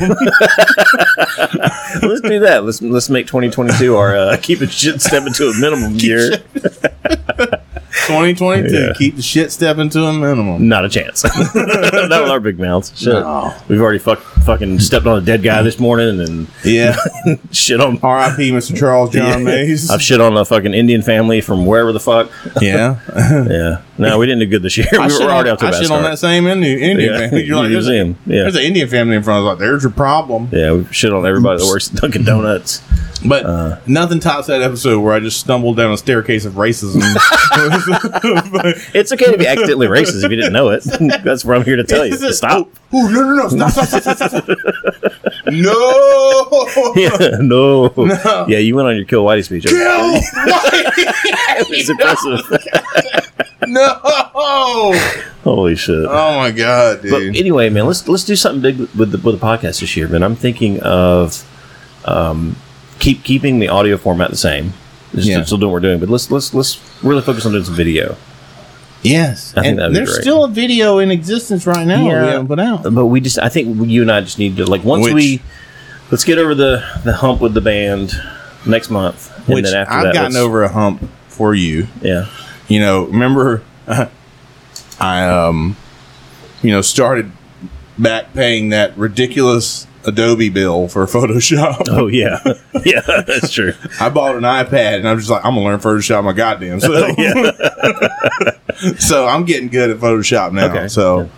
Speaker 2: let's do that. Let's let's make 2022 our uh, keeping shit stepping to a minimum year.
Speaker 5: 2022.
Speaker 2: Yeah.
Speaker 5: Keep the shit stepping to a minimum.
Speaker 2: Not a chance. that was our big mouths. Shit.
Speaker 5: No.
Speaker 2: We've already fuck, fucking stepped on a dead guy this morning and
Speaker 5: Yeah.
Speaker 2: shit on.
Speaker 5: R.I.P. Mr. Charles John Mays.
Speaker 2: I've shit on a fucking Indian family from wherever the fuck.
Speaker 5: yeah.
Speaker 2: Yeah. No, we didn't do good this year.
Speaker 5: I
Speaker 2: we
Speaker 5: shit
Speaker 2: were already
Speaker 5: on-
Speaker 2: out to a
Speaker 5: I
Speaker 2: bad
Speaker 5: shit on
Speaker 2: start.
Speaker 5: that same Indian, Indian
Speaker 2: Yeah.
Speaker 5: family. You're like, there's, a,
Speaker 2: Museum. Yeah.
Speaker 5: there's an Indian family in front. I was like, there's your problem.
Speaker 2: Yeah, we shit on everybody that works at Dunkin' Donuts.
Speaker 5: But nothing tops that episode where I just stumbled down a staircase of racism.
Speaker 2: It's okay to be accidentally racist if you didn't know it. That's what I'm here to tell you. Stop.
Speaker 5: Oh, no, no, no. Stop, stop, stop, stop, stop, stop. No.
Speaker 2: Yeah, no. Yeah, you went on your kill Whitey speech. It
Speaker 5: No.
Speaker 2: was impressive.
Speaker 5: No. Oh,
Speaker 2: Holy shit.
Speaker 5: my God,
Speaker 2: But
Speaker 5: dude.
Speaker 2: anyway, man, let's let's do something big with the, with the podcast this year. Man, I'm thinking of um, keep keeping the audio format the same. Just
Speaker 5: Yeah.
Speaker 2: Still doing what we're doing, but let's let's let's really focus on doing some video.
Speaker 5: yes.
Speaker 2: I think
Speaker 5: And
Speaker 2: that'd be
Speaker 5: there's
Speaker 2: great.
Speaker 5: still a video in existence right now yeah.
Speaker 2: Yeah.
Speaker 5: we haven't put out.
Speaker 2: But we just, I think you and I just need to like once
Speaker 5: Which-
Speaker 2: we let's get over the the hump with the band next month, and
Speaker 5: Which
Speaker 2: then after
Speaker 5: I've
Speaker 2: that,
Speaker 5: gotten
Speaker 2: let's-
Speaker 5: over a hump for you.
Speaker 2: Yeah,
Speaker 5: you know, remember I um you know started back paying that ridiculous Adobe bill for Photoshop.
Speaker 2: Oh yeah, yeah, that's true.
Speaker 5: I bought an iPad and I'm just like I'm gonna learn Photoshop my goddamn self.
Speaker 2: Yeah.
Speaker 5: so I'm getting good at Photoshop now.
Speaker 2: Okay.
Speaker 5: So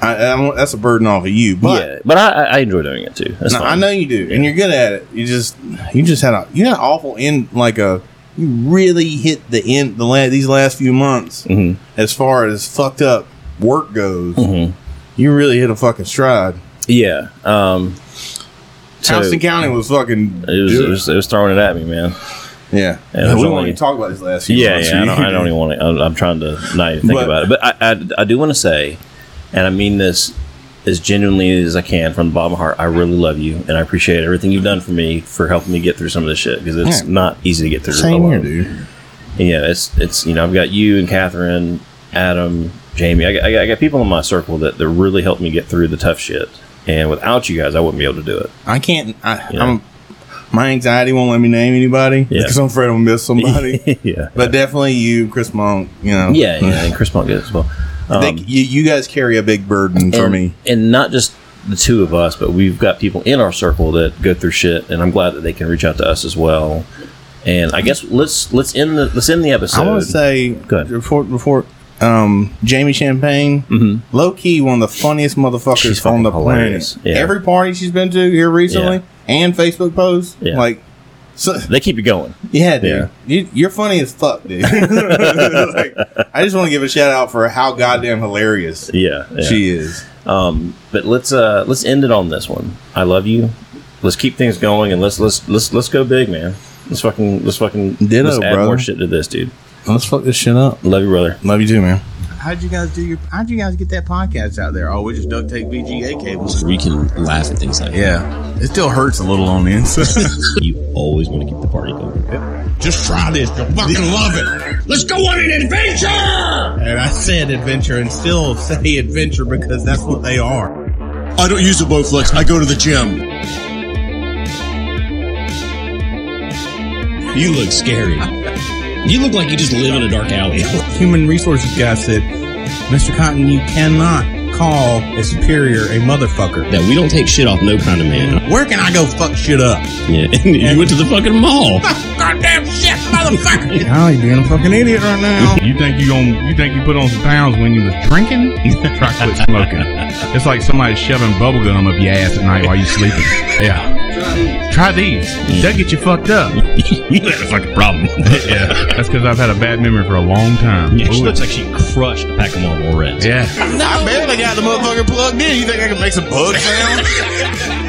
Speaker 5: I, I don't- that's a burden off of you, but.
Speaker 2: yeah, but I, I I enjoy doing it too. That's
Speaker 5: No, I
Speaker 2: fine.
Speaker 5: know you do, and you're good at it. You just, you just had a, you had an awful end, like a, you really hit the end the la- these last few months
Speaker 2: Mm-hmm.
Speaker 5: as far as fucked up work goes.
Speaker 2: Mm-hmm.
Speaker 5: You really hit a fucking stride.
Speaker 2: Yeah, um, so
Speaker 5: Towson County was fucking,
Speaker 2: it was, it was it was throwing it at me, man.
Speaker 5: yeah.
Speaker 2: Yeah, it was
Speaker 5: we
Speaker 2: only-
Speaker 5: won't even talk about these last few
Speaker 2: Yeah,
Speaker 5: months.
Speaker 2: yeah. I don't, I don't even want to. I'm, I'm trying to not even think
Speaker 5: But-
Speaker 2: about it. But I, I, I do want to say, and I mean this as genuinely as I can from the bottom of my heart. I really love you, and I appreciate everything you've done for me for helping me get through some of this shit because it's
Speaker 5: Yeah.
Speaker 2: not easy to get through.
Speaker 5: Same
Speaker 2: alone.
Speaker 5: here, dude.
Speaker 2: And Yeah, it's it's you know I've got you and Catherine, Adam, Jamie. I got, I got, I got people in my circle that that really helped me get through the tough shit. And without you guys, I wouldn't be able to do it.
Speaker 5: I can't. I,
Speaker 2: Yeah.
Speaker 5: I'm. My anxiety won't let me name anybody
Speaker 2: Yeah.
Speaker 5: because I'm afraid I'll miss somebody.
Speaker 2: yeah,
Speaker 5: but definitely you, Chris Monk. You know.
Speaker 2: yeah, yeah. And Chris Monk did as well. Um,
Speaker 5: They- you, you guys carry a big burden for
Speaker 2: and,
Speaker 5: me.
Speaker 2: And not just the two of us, but we've got people in our circle that go through shit, and I'm glad that they can reach out to us as well. And I guess let's let's end the let's end the episode.
Speaker 5: I want to say
Speaker 2: Go ahead.
Speaker 5: before before um, Jamie Champagne,
Speaker 2: Mm-hmm.
Speaker 5: low key one of the funniest motherfuckers
Speaker 2: She's fucking
Speaker 5: on the
Speaker 2: hilarious.
Speaker 5: planet.
Speaker 2: Yeah.
Speaker 5: Every party she's been to here recently
Speaker 2: Yeah.
Speaker 5: and Facebook posts,
Speaker 2: Yeah.
Speaker 5: like, so,
Speaker 2: They keep you going.
Speaker 5: yeah, dude,
Speaker 2: Yeah.
Speaker 5: You, you're funny as fuck, dude. Like, I just want to give a shout out for how goddamn hilarious
Speaker 2: Yeah. yeah.
Speaker 5: she is.
Speaker 2: Um, but let's uh let's end it on this one. I love you. Let's keep things going and let's let's let's let's go big, man. Let's fucking let's fucking
Speaker 5: Ditto,
Speaker 2: let's add
Speaker 5: brother.
Speaker 2: more shit to this, dude.
Speaker 5: Let's fuck this shit up.
Speaker 2: Love you, brother.
Speaker 5: Love you too, man.
Speaker 1: How'd you guys do your? How'd you guys get that podcast out there? Oh, we just duct tape VGA cables.
Speaker 7: We can laugh at things like that.
Speaker 1: Yeah, it still hurts a little on the inside.
Speaker 7: You always want to keep the party going.
Speaker 8: Just try this. You'll fucking love it. Let's go on an adventure!
Speaker 1: and I said adventure, and still say adventure because that's what they are.
Speaker 8: I don't use a Bowflex. I go to the gym.
Speaker 7: You look scary. You look like you just live in a dark alley.
Speaker 1: Human resources guy said, "Mr. Cotton, you cannot call a superior a motherfucker."
Speaker 7: That we don't take shit off no kind of man.
Speaker 1: Where can I go fuck shit up?
Speaker 7: Yeah. you went to the fucking mall.
Speaker 8: Goddamn shit, motherfucker!
Speaker 1: Oh, you're being a fucking idiot right now.
Speaker 9: You think you gon' you think you put on some pounds when you was drinking? Try quit smoking. It's like somebody shoving bubble gum up your ass at night while you sleeping. Yeah. Try these. They'll get you fucked up.
Speaker 7: you had a fucking problem. yeah.
Speaker 9: That's because I've had a bad memory for a long time.
Speaker 7: Yeah, she
Speaker 9: Ooh,
Speaker 7: looks like she crushed a pack of Marlboro Reds.
Speaker 9: yeah.
Speaker 5: I barely got the motherfucker plugged in. You think I can make some bug sound?